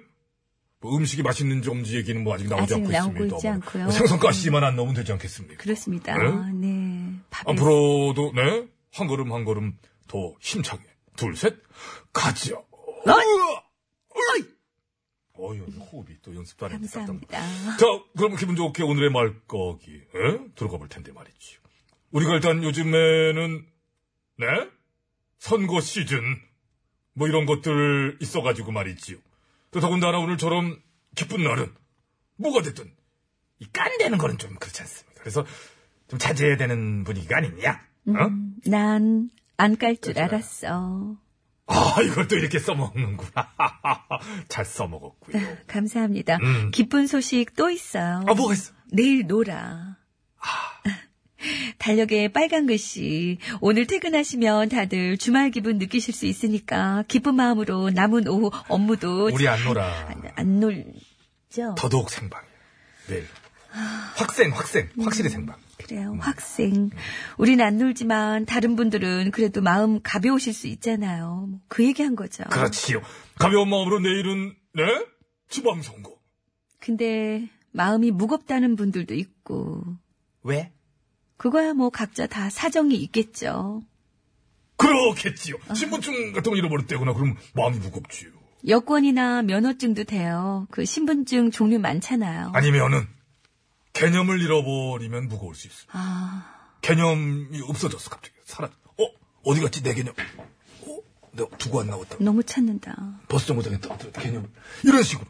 Speaker 3: 뭐 음식이 맛있는지 없는지 얘기는 뭐 아직 나오지
Speaker 2: 아직
Speaker 3: 않고
Speaker 2: 나오고
Speaker 3: 있습니다.
Speaker 2: 있지 않고요. 음.
Speaker 3: 생선가시만 안 넣으면 되지 않겠습니까?
Speaker 2: 그렇습니다.
Speaker 3: 네?
Speaker 2: 네. 밥을
Speaker 3: 앞으로도 네? 한 걸음 한 걸음 더 힘차게 둘 셋 가죠. 우와! 어이! 어이, 호흡이 또 연습도 안 했는데 깜짝 놀랐
Speaker 5: 감사합니다.
Speaker 3: 자, 그럼 기분 좋게 오늘의 말거기 에? 들어가 볼 텐데 말이지. 우리가 일단 요즘에는 네? 선거 시즌 뭐 이런 것들 있어가지고 말이지요. 또 더군다나 오늘처럼 기쁜 날은 뭐가 됐든 이 깐대는 거는 좀 그렇지 않습니까? 그래서 좀 자제해야 되는 분위기가 아니냐? 어?
Speaker 5: 난 안 깔 줄
Speaker 3: 그렇죠.
Speaker 5: 알았어.
Speaker 3: 아, 이걸 또 이렇게 써먹는구나. 잘 써먹었고요.
Speaker 5: 감사합니다.
Speaker 3: 음.
Speaker 5: 기쁜 소식 또 있어요.
Speaker 3: 아, 뭐가 있어?
Speaker 5: 내일 놀아. 달력에 빨간 글씨. 오늘 퇴근하시면 다들 주말 기분 느끼실 수 있으니까 기쁜 마음으로 남은 오후 업무도
Speaker 3: 우리 음. 안 놀아.
Speaker 5: 안, 안 놀죠?
Speaker 3: 더더욱 생방이에요. 내일. 확생, 확생. 확실히 생방.
Speaker 5: 그래요. 학생. 우린 안 놀지만 다른 분들은 그래도 마음 가벼우실 수 있잖아요. 뭐그 얘기한 거죠.
Speaker 3: 그렇지요. 가벼운 마음으로 내일은, 네? 지방선거.
Speaker 5: 근데 마음이 무겁다는 분들도 있고
Speaker 3: 왜?
Speaker 5: 그거야 뭐 각자 다 사정이 있겠죠.
Speaker 3: 그렇겠지요. 신분증 같은 걸 잃어버렸대거나 그러면 마음이 무겁지요.
Speaker 5: 여권이나 면허증도 돼요. 그 신분증 종류 많잖아요.
Speaker 3: 아니면은, 개념을 잃어버리면 무거울 수 있어요.
Speaker 5: 아,
Speaker 3: 개념이 없어졌어, 갑자기. 사라져. 어? 어디 갔지, 내 개념? 어? 내가 두고 안 나왔다.
Speaker 5: 너무 찾는다.
Speaker 3: 버스 정거장에다 개념을. 이런 식으로.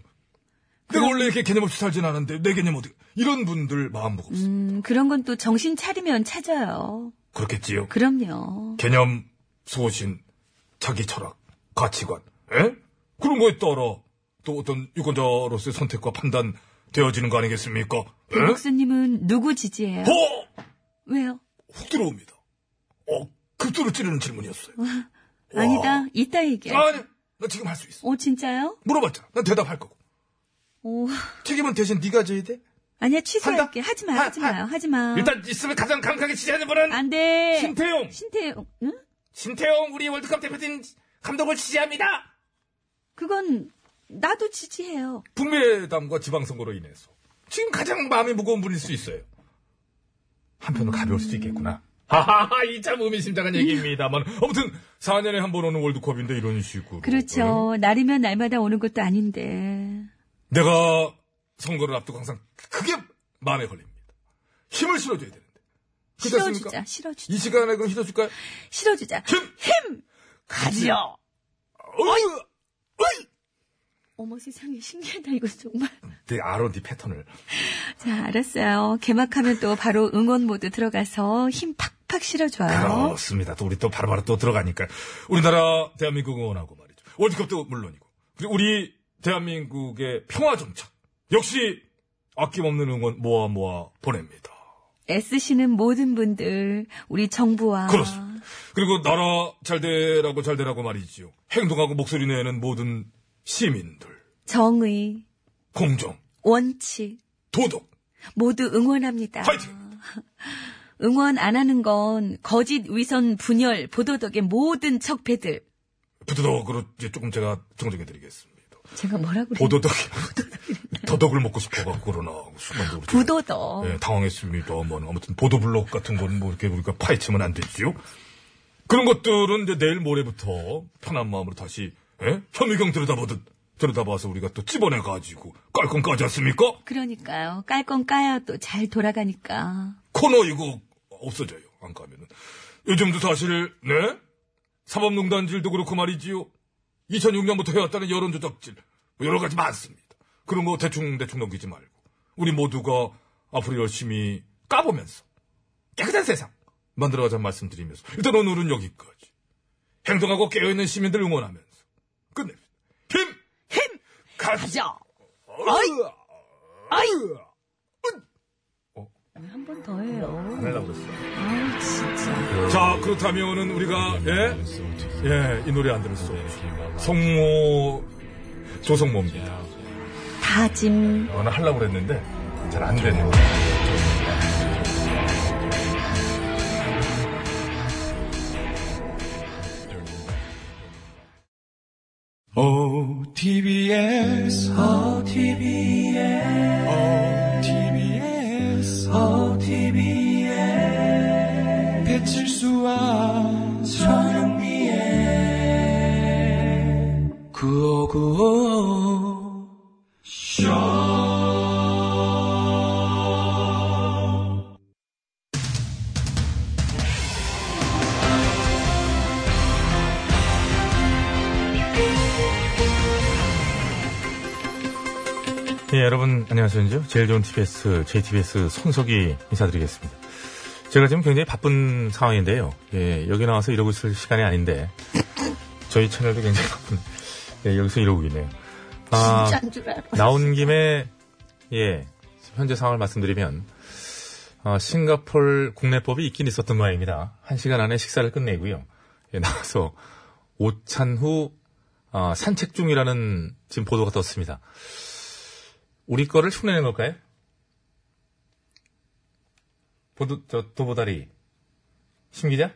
Speaker 3: 내가 원래 이렇게 개념 없이 살진 않았는데, 내 개념 어디, 이런 분들 마음 무겁습니다.
Speaker 5: 음, 그런 건 또 정신 차리면 찾아요.
Speaker 3: 그렇겠지요.
Speaker 5: 그럼요.
Speaker 3: 개념, 소신, 자기 철학, 가치관, 에? 그런 거에 따라 또 어떤 유권자로서의 선택과 판단 되어지는 거 아니겠습니까? 에?
Speaker 5: 그 백목수님은 누구 지지해요?
Speaker 3: 어!
Speaker 5: 왜요?
Speaker 3: 훅 들어옵니다. 어, 급소로 찌르는 질문이었어요.
Speaker 6: 음.
Speaker 5: 아니다. 이따 얘기해.
Speaker 3: 아니, 나 지금 할 수 있어.
Speaker 5: 오, 진짜요?
Speaker 3: 물어봤잖아. 난 대답할 거고.
Speaker 5: 오,
Speaker 3: 책임은 대신 네가 져야 돼?
Speaker 5: 아니야. 취소할게.
Speaker 3: 한다?
Speaker 5: 하지 마,
Speaker 3: 하-
Speaker 5: 하지 마요. 하지
Speaker 2: 아.
Speaker 5: 마.
Speaker 6: 일단 있으면 가장 강하게 지지하는 분은
Speaker 2: 네.
Speaker 5: 안 돼.
Speaker 6: 신태용.
Speaker 5: 신태용, 응?
Speaker 6: 신태용 우리 월드컵 대표팀 감독을 지지합니다.
Speaker 5: 그건 나도 지지해요.
Speaker 3: 북매담과 지방선거로 인해서 지금 가장 마음이 무거운 분일 수 있어요. 한편으로 가벼울 수도 있겠구나. 하하하, 이 참 의미심장한 얘기입니다만. 아무튼, 4년에 한 번 오는 월드컵인데, 이런 식으로. 응?
Speaker 5: 그렇죠. 날이면 날마다 오는 것도 아닌데.
Speaker 3: 내가 선거를 앞두고 항상 그게 마음에 걸립니다. 힘을 실어줘야 되는데. 그렇지 않습니까?
Speaker 5: 실어주자, 실어주자,
Speaker 3: 이 시간에 그럼 실어줄까요?
Speaker 5: 실어주자.
Speaker 3: 힘!
Speaker 9: 가지요.
Speaker 3: 어이! 어이!
Speaker 5: 어머 세상에 신기하다 이거 정말.
Speaker 3: 내 R&D 그 패턴을.
Speaker 5: 자 알았어요. 개막하면 또 바로 응원 모드 들어가서 힘 팍팍 실어줘요.
Speaker 3: 그렇습니다. 또 우리 또 바로바로 또 들어가니까. 우리나라 대한민국 응원하고 말이죠. 월드컵도 물론이고. 그리고 우리 대한민국의 평화정착. 역시 아낌없는 응원 모아 모아 보냅니다.
Speaker 5: 애쓰시는 모든 분들 우리 정부와
Speaker 3: 그렇습니다. 그리고 나라 잘 되라고 잘 되라고 말이지요. 행동하고 목소리 내는 모든 시민들.
Speaker 5: 정의,
Speaker 3: 공정,
Speaker 5: 원칙
Speaker 3: 도덕,
Speaker 5: 모두 응원합니다.
Speaker 3: 파이팅!
Speaker 5: 응원 안 하는 건 거짓 위선 분열 보도덕의 모든 척패들.
Speaker 3: 부도덕으로 이제 조금 제가 정정해드리겠습니다.
Speaker 5: 제가 뭐라고 그랬
Speaker 3: 보도덕이, 더덕을 먹고 싶어갖고 그러나, 순간적으로. 제가-
Speaker 5: 부도덕.
Speaker 2: 그렇죠.
Speaker 3: 예, 당황했습니다. 뭐, 아무튼 보도블록 같은 건 뭐 이렇게 우리가 파헤치면 안 되지요. 그런 것들은 이제 내일 모레부터 편한 마음으로 다시 예? 현미경 들여다보듯 들여다봐서 우리가 또 집어내가지고 깔끔 까지 않습니까?
Speaker 5: 그러니까요. 깔 건 까야 또 잘 돌아가니까.
Speaker 3: 코너 이거 없어져요. 안 까면은. 요즘도 사실, 네? 사법농단질도 그렇고 말이지요. 2006년부터 해왔다는 여론조작질. 뭐 여러 가지 많습니다. 그런 거 대충대충 넘기지 말고. 우리 모두가 앞으로 열심히 까보면서 깨끗한 세상 만들어가자는 말씀드리면서. 일단 오늘은 여기까지. 행동하고 깨어있는 시민들 응원하면서. 끝냅니다. 힘! 힘! 가자! 어이!
Speaker 5: 한 번 더 해요.
Speaker 3: 하려고 그랬어.
Speaker 5: 아 진짜.
Speaker 3: 자, 그렇다면은 우리가, 예? 예, 이 노래 안 들었어. 성모, 조성모입니다.
Speaker 5: 다짐.
Speaker 3: 어, 나 하려고 그랬는데, 잘 안 되네. 어,
Speaker 10: OTBS, OTBS, OTBS, OTBS, 배칠수와 전영미의 구호구호
Speaker 3: 예, 여러분 안녕하세요. 제일 좋은 TBS, JTBS 손석희 인사드리겠습니다. 제가 지금 굉장히 바쁜 상황인데요. 예, 여기 나와서 이러고 있을 시간이 아닌데 저희 채널도 굉장히 바쁜. 예, 여기서 이러고 있네요. 아,
Speaker 12: 줄 알아.
Speaker 3: 나온 김에 예 현재 상황을 말씀드리면 어, 싱가폴 국내법이 있긴 있었던 모양입니다. 한 시간 안에 식사를 끝내고요. 예, 나와서 오찬 후 아, 산책 중이라는 지금 보도가 떴습니다. 우리 거를 흉내낸 걸까요? 보도 저 도보다리 심 기자?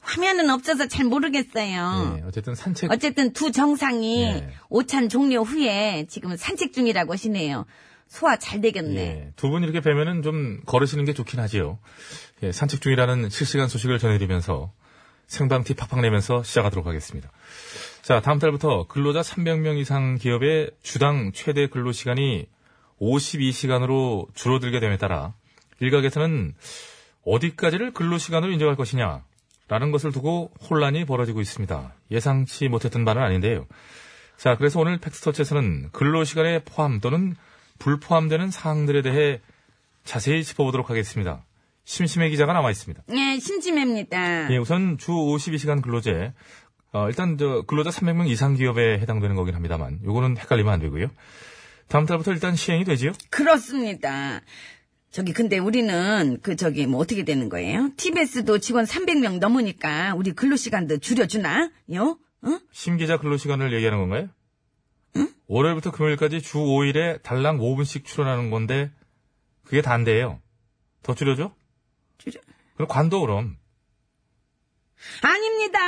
Speaker 12: 화면은 없어서 잘 모르겠어요.
Speaker 3: 예, 어쨌든 산책
Speaker 12: 어쨌든 두 정상이
Speaker 3: 예.
Speaker 12: 오찬 종료 후에 지금 산책 중이라고 하시네요. 소화 잘 되겠네.
Speaker 3: 예, 두 분 이렇게 뵈면은 좀 걸으시는 게 좋긴 하지요. 예, 산책 중이라는 실시간 소식을 전해드리면서 생방티 팍팍 내면서 시작하도록 하겠습니다. 자, 다음 달부터 근로자 300명 이상 기업의 주당 최대 근로 시간이 52시간으로 줄어들게 됨에 따라 일각에서는 어디까지를 근로 시간으로 인정할 것이냐 라는 것을 두고 혼란이 벌어지고 있습니다. 예상치 못했던 바는 아닌데요. 자, 그래서 오늘 팩스터치에서는 근로시간에 포함 또는 불포함되는 사항들에 대해 자세히 짚어보도록 하겠습니다. 심심해 기자가 남아 있습니다.
Speaker 12: 예, 심심합니다.
Speaker 3: 예, 우선 주 52시간 근로제. 어, 일단 저 근로자 300명 이상 기업에 해당되는 거긴 합니다만, 요거는 헷갈리면 안 되고요. 다음 달부터 일단 시행이 되지요?
Speaker 12: 그렇습니다. 저기 근데 우리는 그 저기 뭐 어떻게 되는 거예요? TBS도 직원 300명 넘으니까 우리 근로 시간도 줄여주나? 요? 응?
Speaker 3: 심기자 근로시간을 얘기하는 건가요? 월요일부터 금요일까지 주 5일에 달랑 5분씩 출연하는 건데, 그게 단대예요. 더 줄여줘?
Speaker 12: 줄여-
Speaker 3: 그럼 관둬, 그럼.
Speaker 12: 아닙니다.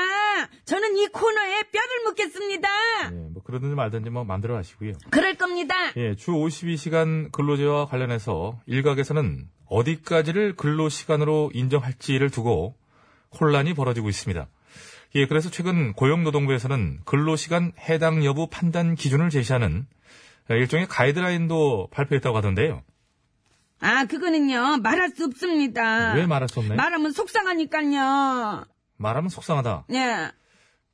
Speaker 12: 저는 이 코너에 뼈를 묻겠습니다.
Speaker 3: 예, 뭐 그러든지 말든지 뭐 마음대로 하시고요.
Speaker 12: 그럴 겁니다.
Speaker 3: 예, 주 52시간 근로제와 관련해서 일각에서는 어디까지를 근로시간으로 인정할지를 두고 혼란이 벌어지고 있습니다. 예, 그래서 최근 고용노동부에서는 근로시간 해당 여부 판단 기준을 제시하는 일종의 가이드라인도 발표했다고 하던데요.
Speaker 12: 아, 그거는요, 말할 수
Speaker 2: 아.
Speaker 12: 없습니다.
Speaker 3: 왜 말할 수 없나요?
Speaker 12: 말하면 속상하니까요.
Speaker 3: 말하면 속상하다.
Speaker 12: 예.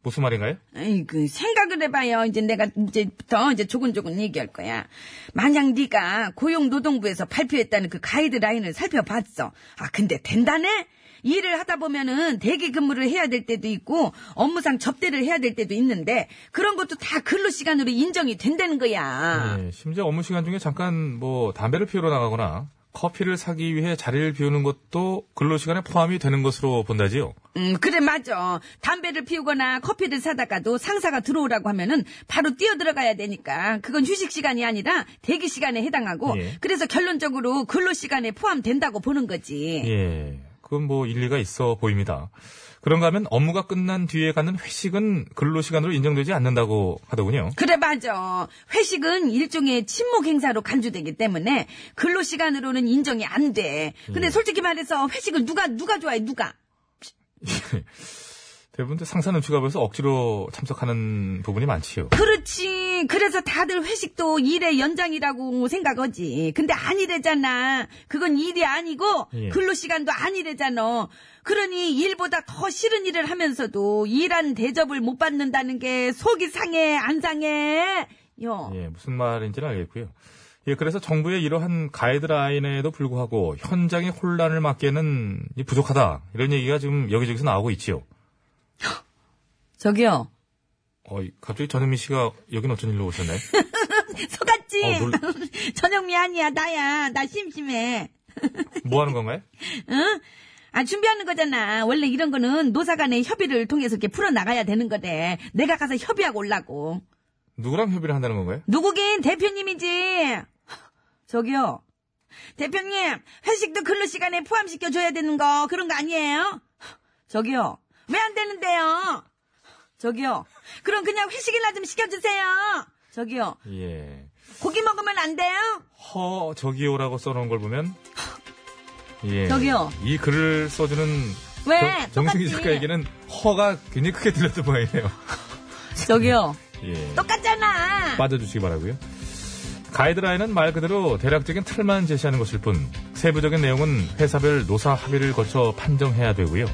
Speaker 3: 무슨 말인가요?
Speaker 12: 아이고, 그 생각을 해봐요. 이제 내가 이제부터 이제 조근조근 얘기할 거야. 만약 네가 고용노동부에서 발표했다는 그 가이드라인을 살펴봤어. 아, 근데 된다네? 일을 하다 보면은 대기 근무를 해야 될 때도 있고 업무상 접대를 해야 될 때도 있는데 그런 것도 다 근로 시간으로 인정이 된다는 거야.
Speaker 3: 예, 심지어 업무 시간 중에 잠깐 뭐 담배를 피우러 나가거나 커피를 사기 위해 자리를 비우는 것도 근로시간에 포함이 되는 것으로 본다지요.
Speaker 12: 음, 그래, 맞아. 담배를 피우거나 커피를 사다가도 상사가 들어오라고 하면은 바로 뛰어 들어가야 되니까. 그건 휴식 시간이 아니라 대기 시간에 해당하고.
Speaker 3: 예.
Speaker 12: 그래서 결론적으로 근로 시간에 포함된다고 보는 거지.
Speaker 3: 예. 그건 뭐 일리가 있어 보입니다. 그런가 하면 업무가 끝난 뒤에 가는 회식은 근로시간으로 인정되지 않는다고 하더군요.
Speaker 12: 그래, 맞아. 회식은 일종의 침묵 행사로 간주되기 때문에 근로 시간으로는 인정이 안 돼.
Speaker 3: 음.
Speaker 12: 근데 솔직히 말해서 회식을 누가, 누가 좋아해, 누가?
Speaker 3: 대부분 이제 상사 눈치가 보여서 억지로 참석하는 부분이 많지요.
Speaker 12: 그렇지. 그래서 다들 회식도 일의 연장이라고 생각하지. 근데 아니래잖아. 그건 일이 아니고
Speaker 3: 예.
Speaker 12: 근로시간도 아니래잖아. 그러니 일보다 더 싫은 일을 하면서도 일한 대접을 못 받는다는 게 속이 상해 안 상해. 요.
Speaker 3: 예, 무슨 말인지는 알겠고요. 예, 그래서 정부의 이러한 가이드라인에도 불구하고 현장의 혼란을 막기에는 이 부족하다. 이런 얘기가 지금 여기저기서 나오고 있지요.
Speaker 2: 저기요.
Speaker 3: 어, 이- 갑자기 전현미 씨가 여긴 어쩐 일로 오셨나요?
Speaker 12: 속았지.
Speaker 3: 어, 놀-
Speaker 12: 전영미 아니야 나야. 나 심심해.
Speaker 3: 뭐 하는 건가요?
Speaker 12: 아, 준비하는 거잖아. 원래 이런 거는 노사 간의 협의를 통해서 이렇게 풀어나가야 되는 거래. 내가 가서 협의하고 올라고.
Speaker 3: 누구랑 협의를 한다는 건가요?
Speaker 12: 누구긴 대표님이지. 저기요. 대표님, 회식도 근로 시간에 포함시켜 줘야 되는 거 그런 거 아니에요? 저기요. 왜 안 되는데요? 저기요. 그럼 그냥 회식이나 좀 시켜 주세요. 저기요.
Speaker 3: 예.
Speaker 12: 고기 먹으면 안 돼요?
Speaker 3: 허 저기요라고 써놓은 걸 보면 예.
Speaker 12: 저기요.
Speaker 3: 이 글을 써주는
Speaker 12: 왜?
Speaker 3: 정- 정승희
Speaker 12: 똑같지.
Speaker 3: 작가에게는 허가 굉장히 크게 들렸던 모양이네요.
Speaker 2: 저기요.
Speaker 3: 예.
Speaker 12: 똑같잖아.
Speaker 3: 빠져주시기 바라고요. 가이드라인은 말 그대로 대략적인 틀만 제시하는 것일 뿐 세부적인 내용은 회사별 노사 합의를 거쳐 판정해야 되고요.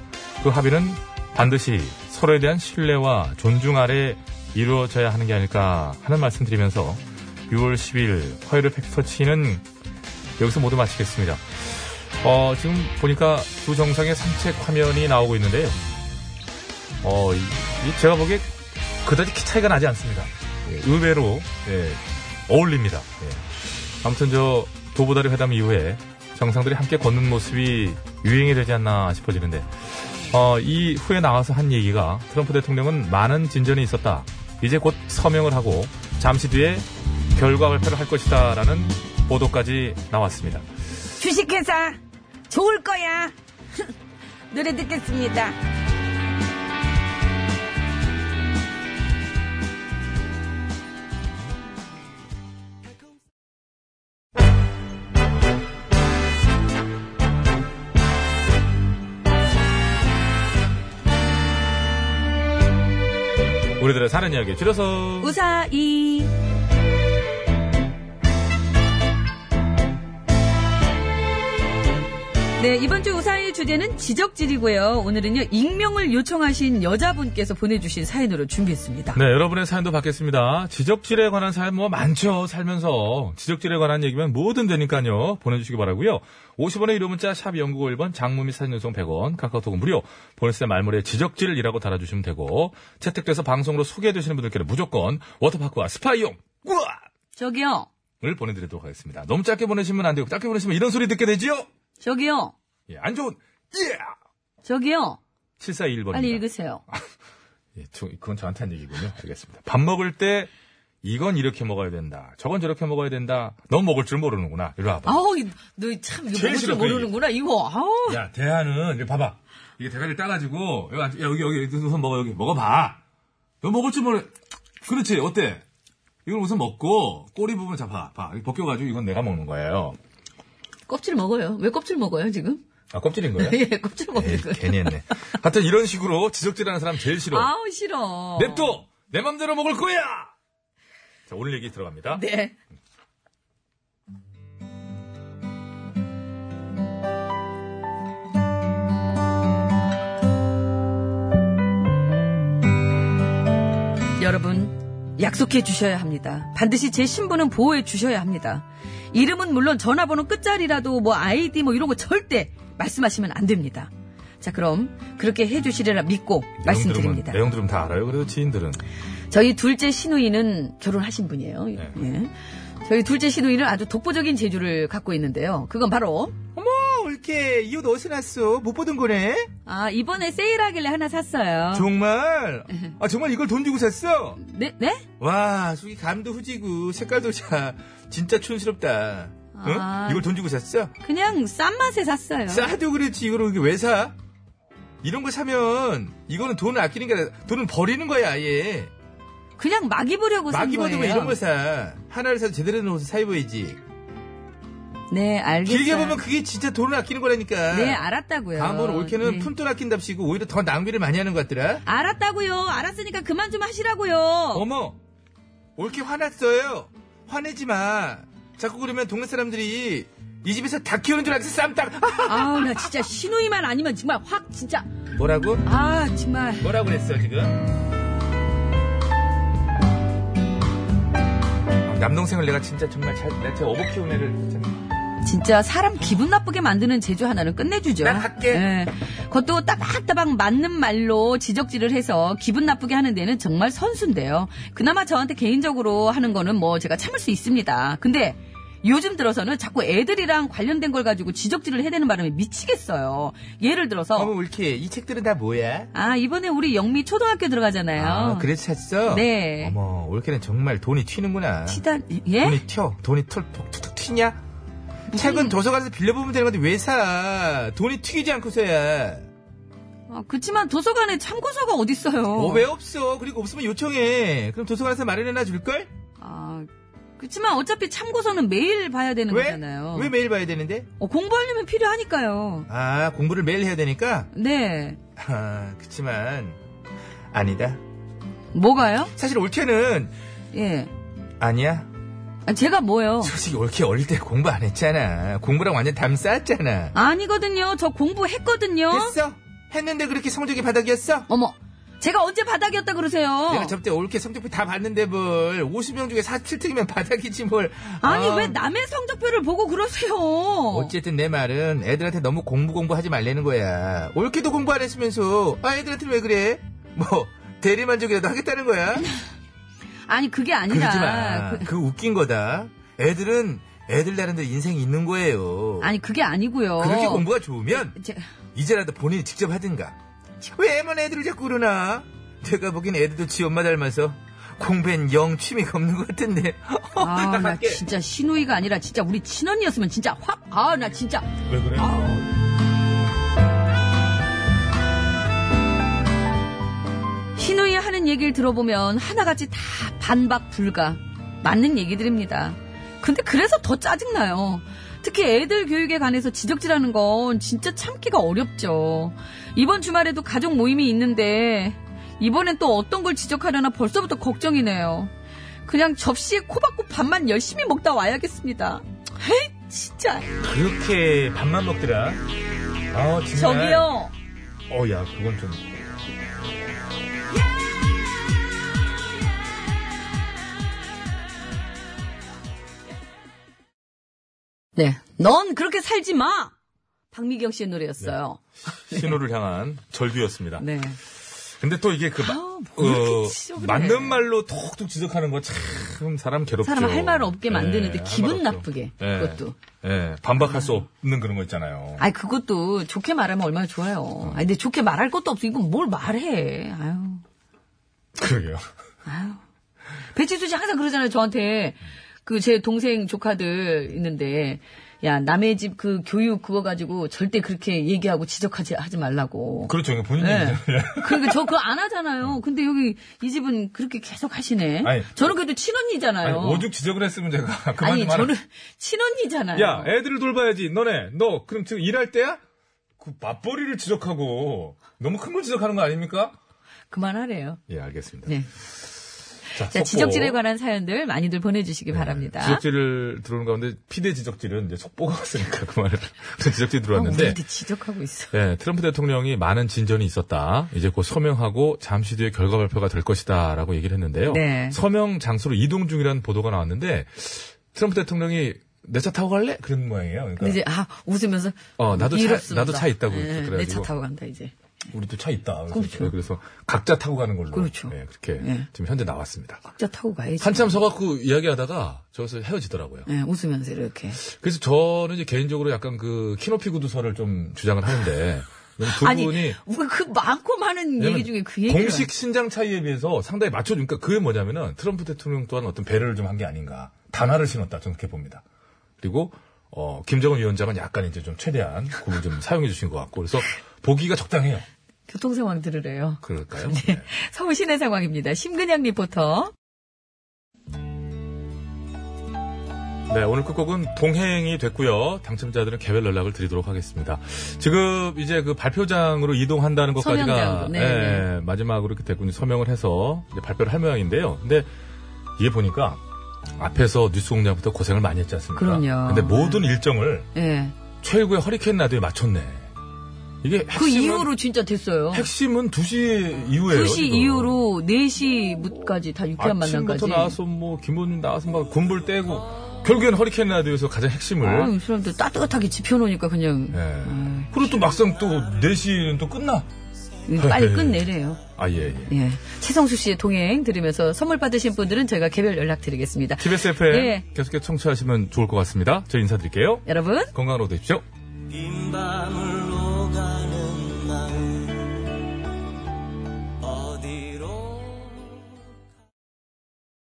Speaker 3: 그 합의는 반드시 서로에 대한 신뢰와 존중 아래 이루어져야 하는 게 아닐까 하는 말씀드리면서 6월 10일 화요일 팩터치는 여기서 모두 마치겠습니다. 어, 지금 보니까 두 정상의 산책 화면이 나오고 있는데요. 어, 이- 이 제가 보기에 그다지 키 차이가 나지 않습니다. 예, 의외로 예, 어울립니다. 예. 아무튼 저 도보다리 회담 이후에 정상들이 함께 걷는 모습이 유행이 되지 않나 싶어지는데 어, 이 후에 나와서 한 얘기가 트럼프 대통령은 많은 진전이 있었다. 이제 곧 서명을 하고 잠시 뒤에 결과 발표를 할 것이다라는 보도까지 나왔습니다.
Speaker 12: 주식회사 좋을 거야. 노래 듣겠습니다.
Speaker 3: 우리들의 사는 이야기 줄여서
Speaker 12: 우사이.
Speaker 2: 네, 이번 주 우사의 주제는 지적질이고요. 오늘은요, 익명을 요청하신 여자분께서 보내주신 사연으로 준비했습니다.
Speaker 3: 네, 여러분의 사연도 받겠습니다. 지적질에 관한 사연 뭐 많죠. 살면서 지적질에 관한 얘기면 뭐든 되니까요. 보내주시기 바라고요. 50원의 이름 문자 샵 연구 51번 장무 및 사진 연속 100원 카카오톡은 무료 보냈을 때 말머리에 지적질이라고 달아주시면 되고 채택돼서 방송으로 소개되시는 분들께는 무조건 워터파크와 스파이용
Speaker 12: 저기요.
Speaker 3: 을 보내드리도록 하겠습니다. 너무 짧게 보내시면 안 되고 짧게 보내시면 이런 소리 듣게 되지요.
Speaker 12: 저기요.
Speaker 3: 예, 안 좋은 예!
Speaker 12: 저기요.
Speaker 3: 741번입니다.
Speaker 12: 빨리 읽으세요.
Speaker 3: 예, 저- 그건 저한테 한 얘기군요. 알겠습니다. 밥 먹을 때 이건 이렇게 먹어야 된다. 저건 저렇게 먹어야 된다. 넌 먹을 줄 모르는구나. 이리 와봐.
Speaker 12: 아우, 너 참 이거
Speaker 3: 제일
Speaker 12: 먹을
Speaker 3: 싫어,
Speaker 12: 줄
Speaker 3: 그 얘기.
Speaker 12: 모르는구나. 이거 아우.
Speaker 3: 야, 대하는 이거 봐봐. 이게 대가리를 따가지고 여기 앉- 야, 여기 여기 여기 우선 먹어 여기 먹어봐. 너 먹을 줄 모르. 그렇지 어때? 이걸 우선 먹고 꼬리 부분 잡아. 봐. 이거 벗겨가지고 이건 내가 먹는 거예요.
Speaker 12: 껍질 먹어요. 왜 껍질 먹어요, 지금?
Speaker 3: 아 껍질인 거예요?
Speaker 12: 예, 껍질
Speaker 3: 에이,
Speaker 12: 먹는 거예요.
Speaker 3: 괜히 했네. 하여튼 이런 식으로 지적질하는 사람 제일 싫어.
Speaker 12: 아우, 싫어.
Speaker 3: 예. 냅둬! 내 맘대로 먹을 거야! 자, 오늘 얘기 들어갑니다.
Speaker 12: 네.
Speaker 2: 여러분, 약속해 주셔야 합니다. 반드시 제 신분은 보호해 주셔야 합니다. 이름은 물론 전화번호 끝자리라도 뭐 아이디 뭐 이런 거 절대 말씀하시면 안 됩니다. 자, 그럼 그렇게 해 주시리라 믿고 말씀드립니다.
Speaker 3: 내용 들으면 다 알아요. 그래도 지인들은.
Speaker 2: 저희 둘째 시누이는 결혼하신 분이에요.
Speaker 6: 네.
Speaker 2: 예. 저희 둘째 시누이는 아주 독보적인 재주를 갖고 있는데요. 그건 바로
Speaker 6: 어머, 올케. 이 옷 어디서 났어? 못 보던 거네?
Speaker 2: 아, 이번에 세일하길래 하나 샀어요.
Speaker 6: 정말? 아, 정말 이걸 돈 주고 샀어?
Speaker 2: 네, 네?
Speaker 6: 와, 속이 감도 후지고, 색깔도 자, 진짜 촌스럽다. 응?
Speaker 2: 아.
Speaker 6: 이걸 돈 주고 샀어?
Speaker 2: 그냥 싼 맛에 샀어요.
Speaker 6: 싸도 그렇지, 이걸 이게 왜 사? 이런 거 사면, 이거는 돈을 아끼는 게 아니라, 돈은 버리는 거야, 아예.
Speaker 2: 그냥 막 입으려고 산
Speaker 6: 막 입어도
Speaker 2: 거예요.
Speaker 6: 왜 이런 걸 사? 하나를 사서 제대로 된 옷을 사 입어야지.
Speaker 2: 그렇죠. 네, 알겠어요.
Speaker 6: 길게 보면 그게 진짜 돈을 아끼는 거라니까.
Speaker 2: 네, 알았다고요.
Speaker 6: 다음번 올케는
Speaker 2: 네.
Speaker 6: 품돈 아낀답시고 오히려 더 낭비를 많이 하는 것 같더라.
Speaker 2: 알았다고요. 알았으니까 그만 좀 하시라고요.
Speaker 6: 어머, 올케 화났어요. 화내지 마. 자꾸 그러면 동네 사람들이 이 집에서 닭 키우는 줄 알고 쌈딱.
Speaker 2: 아우, 나 진짜 신우이만 아니면 정말 확 진짜
Speaker 6: 뭐라고?
Speaker 2: 아, 정말
Speaker 6: 뭐라고 그랬어 지금?
Speaker 3: 남동생을 내가 진짜 정말 잘, 내가 진짜 어버 키운 애를. 진짜-
Speaker 2: 진짜 사람 기분 나쁘게 만드는 제주 하나는 끝내주죠.
Speaker 6: 난 할게.
Speaker 2: 예. 그것도 따박따박 맞는 말로 지적질을 해서 기분 나쁘게 하는 데는 정말 선수인데요. 그나마 저한테 개인적으로 하는 거는 뭐 제가 참을 수 있습니다. 근데 요즘 들어서는 자꾸 애들이랑 관련된 걸 가지고 지적질을 해대는 바람에 미치겠어요. 예를 들어서
Speaker 6: 어머 올케, 이 책들은 다 뭐야?
Speaker 2: 아 이번에 우리 영미 초등학교 들어가잖아요.
Speaker 6: 아, 그래서 샀어?
Speaker 2: 네.
Speaker 6: 어머, 올케는 정말 돈이 튀는구나.
Speaker 2: 치단 예?
Speaker 6: 돈이 튀어. 돈이 털- 툭툭 튀냐?
Speaker 2: 음.
Speaker 6: 책은 도서관에서 빌려보면 되는 건데 왜 사? 돈이 튀기지 않고서야.
Speaker 2: 아, 그치만 도서관에 참고서가 어딨어요.
Speaker 6: 어, 왜 없어? 그리고 없으면 요청해. 그럼 도서관에서 마련해놔 줄걸?
Speaker 2: 아, 그치만 어차피 참고서는 매일 봐야 되는
Speaker 6: 왜?
Speaker 2: 거잖아요.
Speaker 6: 왜 매일 봐야 되는데?
Speaker 2: 어, 공부하려면 필요하니까요.
Speaker 6: 아, 공부를 매일 해야 되니까?
Speaker 2: 네.
Speaker 6: 아, 그치만, 아니다.
Speaker 2: 뭐가요?
Speaker 6: 사실 올케는,
Speaker 2: 예.
Speaker 6: 아니야.
Speaker 2: 아, 제가 뭐요?
Speaker 6: 솔직히 올케 어릴 때 공부 안 했잖아. 공부랑 완전 담 쌓았잖아.
Speaker 2: 아니거든요. 저 공부했거든요.
Speaker 6: 했어? 했는데 그렇게 성적이 바닥이었어?
Speaker 2: 어머. 제가 언제 바닥이었다 그러세요?
Speaker 6: 내가 저때 올케 성적표 다 봤는데 뭘 50명 중에 47등이면 바닥이지 뭘.
Speaker 2: 아니
Speaker 6: 아,
Speaker 2: 왜 남의 성적표를 보고 그러세요?
Speaker 6: 어쨌든 내 말은 애들한테 너무 공부 공부하지 말라는 거야. 올케도 공부 안 했으면서 아 애들한테 왜 그래? 뭐 대리만족이라도 하겠다는 거야?
Speaker 2: 아니 그게 아니라
Speaker 6: 그러지 마.
Speaker 2: 그-
Speaker 6: 그 웃긴 거다. 애들은 애들 나름대로 인생이 있는 거예요.
Speaker 2: 아니 그게 아니고요.
Speaker 6: 그렇게 공부가 좋으면
Speaker 2: 제-
Speaker 6: 이제라도 본인이 직접 하든가. 왜 애만 애들을 자꾸 그러나? 제가 보기엔 애들도 지 엄마 닮아서 공부엔 영 취미가 없는 것 같은데.
Speaker 2: 아
Speaker 6: 나
Speaker 2: 나
Speaker 6: 갈게.
Speaker 2: 진짜 신우이가 아니라 진짜 우리 친언니였으면 진짜 확 아 나 진짜
Speaker 3: 왜 그래?
Speaker 2: 아. 신우이 하는 얘기를 들어보면 하나같이 다 반박 불가 맞는 얘기들입니다. 근데 그래서 더 짜증나요. 특히 애들 교육에 관해서 지적질하는 건 진짜 참기가 어렵죠. 이번 주말에도 가족 모임이 있는데 이번엔 또 어떤 걸 지적하려나 벌써부터 걱정이네요. 그냥 접시에 코박고 밥만 열심히 먹다 와야겠습니다. 헤이 진짜
Speaker 5: 그렇게 밥만 먹더라. 아,
Speaker 3: 네.
Speaker 5: 정말.
Speaker 2: 저기요.
Speaker 5: 어, 야, 그건 좀.
Speaker 2: 네, 넌 그렇게 살지 마. 박미경 씨의 노래였어요.
Speaker 3: 신호를 향한 절규였습니다.
Speaker 2: 네.
Speaker 3: 근데 또 이게 그
Speaker 2: 아,
Speaker 3: 마-
Speaker 2: 뭐 이렇게
Speaker 3: 어,
Speaker 2: 지적을
Speaker 3: 맞는
Speaker 2: 해.
Speaker 3: 말로 톡톡 지적하는 거 참 사람 괴롭죠.
Speaker 2: 사람 할 말 없게 만드는데
Speaker 3: 예,
Speaker 2: 기분
Speaker 3: 할 말없죠.
Speaker 2: 나쁘게
Speaker 3: 예,
Speaker 2: 그것도.
Speaker 3: 예, 반박할 수 없는 그런 거 있잖아요.
Speaker 2: 아이 그것도 좋게 말하면 얼마나
Speaker 3: 음.
Speaker 2: 좋아요. 아 근데 좋게 말할 것도 없어. 이건 뭘 말해. 아유.
Speaker 3: 그러게요.
Speaker 2: 배치수 씨 항상 그러잖아요. 저한테 그 제 동생 조카들 있는데 야 남의 집 그 교육 그거 가지고 절대 그렇게 얘기하고 지적하지 하지 말라고.
Speaker 3: 그렇죠. 이게 본인
Speaker 2: 네.
Speaker 3: 얘기잖아요.
Speaker 2: 그러니까 저 그거 안 하잖아요. 근데 여기 이 집은 그렇게 계속 하시네.
Speaker 3: 음. 아니,
Speaker 2: 저는 그래도 친언니잖아요.
Speaker 3: 아니, 오죽 지적을 했으면 제가 그만
Speaker 2: 아니,
Speaker 3: 좀 하라.
Speaker 2: 저는 친언니잖아요.
Speaker 3: 야, 예? 애들을 돌봐야지. 너네, 너 그럼 지금 일할 때야? 그 맞벌이를 지적하고 너무 큰 걸 지적하는 거 아닙니까?
Speaker 2: 그만하래요.
Speaker 3: 예, 알겠습니다.
Speaker 2: 네.
Speaker 3: 자,
Speaker 2: 자,
Speaker 3: 속보. 네.
Speaker 2: 지적질에 관한 사연들 많이들 보내주시기 바랍니다.
Speaker 3: 지적질을 들어오는 가운데 피대 지적질은 이제 속보가 왔으니까 그만을 네, 지적질 들어왔는데
Speaker 2: 우리한테 지적하고 있어.
Speaker 3: 네, 트럼프 대통령이 많은 진전이 있었다. 이제 곧 서명하고 잠시 뒤에 결과 발표가 될 것이다라고 얘기를 했는데요.
Speaker 2: 네.
Speaker 3: 서명 장소로 이동 중이라는 보도가 나왔는데 트럼프 대통령이 내 차 타고 갈래? 그런 모양이에요. 그러니까
Speaker 2: 근데 이제 아 웃으면서
Speaker 3: 어, 나도 차-
Speaker 2: 이롭습니다. 예,
Speaker 3: 나도 차 있다고 이렇게 그래가지고.
Speaker 2: 내차 타고 간다 이제.
Speaker 3: 우리도 차 있다. 그래서, 네,
Speaker 2: 그렇죠.
Speaker 3: 그래서 각자 타고 가는 걸로
Speaker 2: 그렇죠.
Speaker 3: 네, 그렇게
Speaker 2: 네.
Speaker 3: 지금 현재 나왔습니다.
Speaker 2: 각자 타고 가야지.
Speaker 3: 한참 서갖고 이야기하다가 저기서 헤어지더라고요.
Speaker 2: 예, 웃으면서 이렇게.
Speaker 3: 그래서 저는 이제 개인적으로 약간 그 키높이 구두설을 좀 주장을 하는데 두
Speaker 2: 아니
Speaker 3: 분이
Speaker 2: 우리 그 많고 많은
Speaker 3: 왜냐면
Speaker 2: 얘기 중에 그 얘기가
Speaker 3: 공식 신장 차이에 비해서 상당히 맞춰주니까 그게 뭐냐면은 트럼프 대통령 또한 어떤 배려를 좀 한 게 아닌가 단화를 신었다 저는 그렇게 봅니다. 그리고 어, 김정은 위원장은 약간 이제 좀 최대한 그걸 좀 사용해 주신 것 같고 그래서 보기가 적당해요.
Speaker 2: 교통 상황 들으래요.
Speaker 3: 그럴까요? 네.
Speaker 2: 서울 시내 상황입니다. 심근양 리포터.
Speaker 3: 네, 오늘 끝곡은 동행이 됐고요. 당첨자들은 개별 연락을 드리도록 하겠습니다. 지금 이제 그 발표장으로 이동한다는 것까지가
Speaker 2: 서명장으로, 네,
Speaker 3: 예, 마지막으로 이렇게 대군이 서명을 해서 이제 발표를 할 모양인데요. 근데 이게 보니까 앞에서 뉴스 공장부터 고생을 많이 했지 않습니까?
Speaker 2: 그럼요.
Speaker 3: 근데 모든 일정을
Speaker 2: 예.
Speaker 3: 최고의 허리케인 라디오에 맞췄네. 이게 핵심은,
Speaker 2: 그 이후로 진짜 됐어요. 그
Speaker 3: 핵심은 2시 이후에요.
Speaker 2: 2시
Speaker 3: 이거.
Speaker 2: 이후로 4시까지 다 유쾌한 만남까지.
Speaker 3: 아침부터 나와서 뭐 김호준 나와서 막 군불 떼고 결국엔 허리케인 라디오에서 가장 핵심을
Speaker 2: 아유, 어, 사람들 따뜻하게 지펴놓으니까 그냥
Speaker 3: 예. 그리고 또 막상 또 4시는 또 끝나.
Speaker 2: 빨리 끝내래요.
Speaker 3: 아, 예, 예.
Speaker 2: 예. 최성수 씨의 동행 들으면서 선물 받으신 분들은 저희가 개별 연락드리겠습니다.
Speaker 3: TBS FM
Speaker 2: 예.
Speaker 3: 계속해서 청취하시면 좋을 것 같습니다. 저 인사드릴게요.
Speaker 2: 여러분.
Speaker 3: 건강으로 되십시오.
Speaker 10: 긴 밤을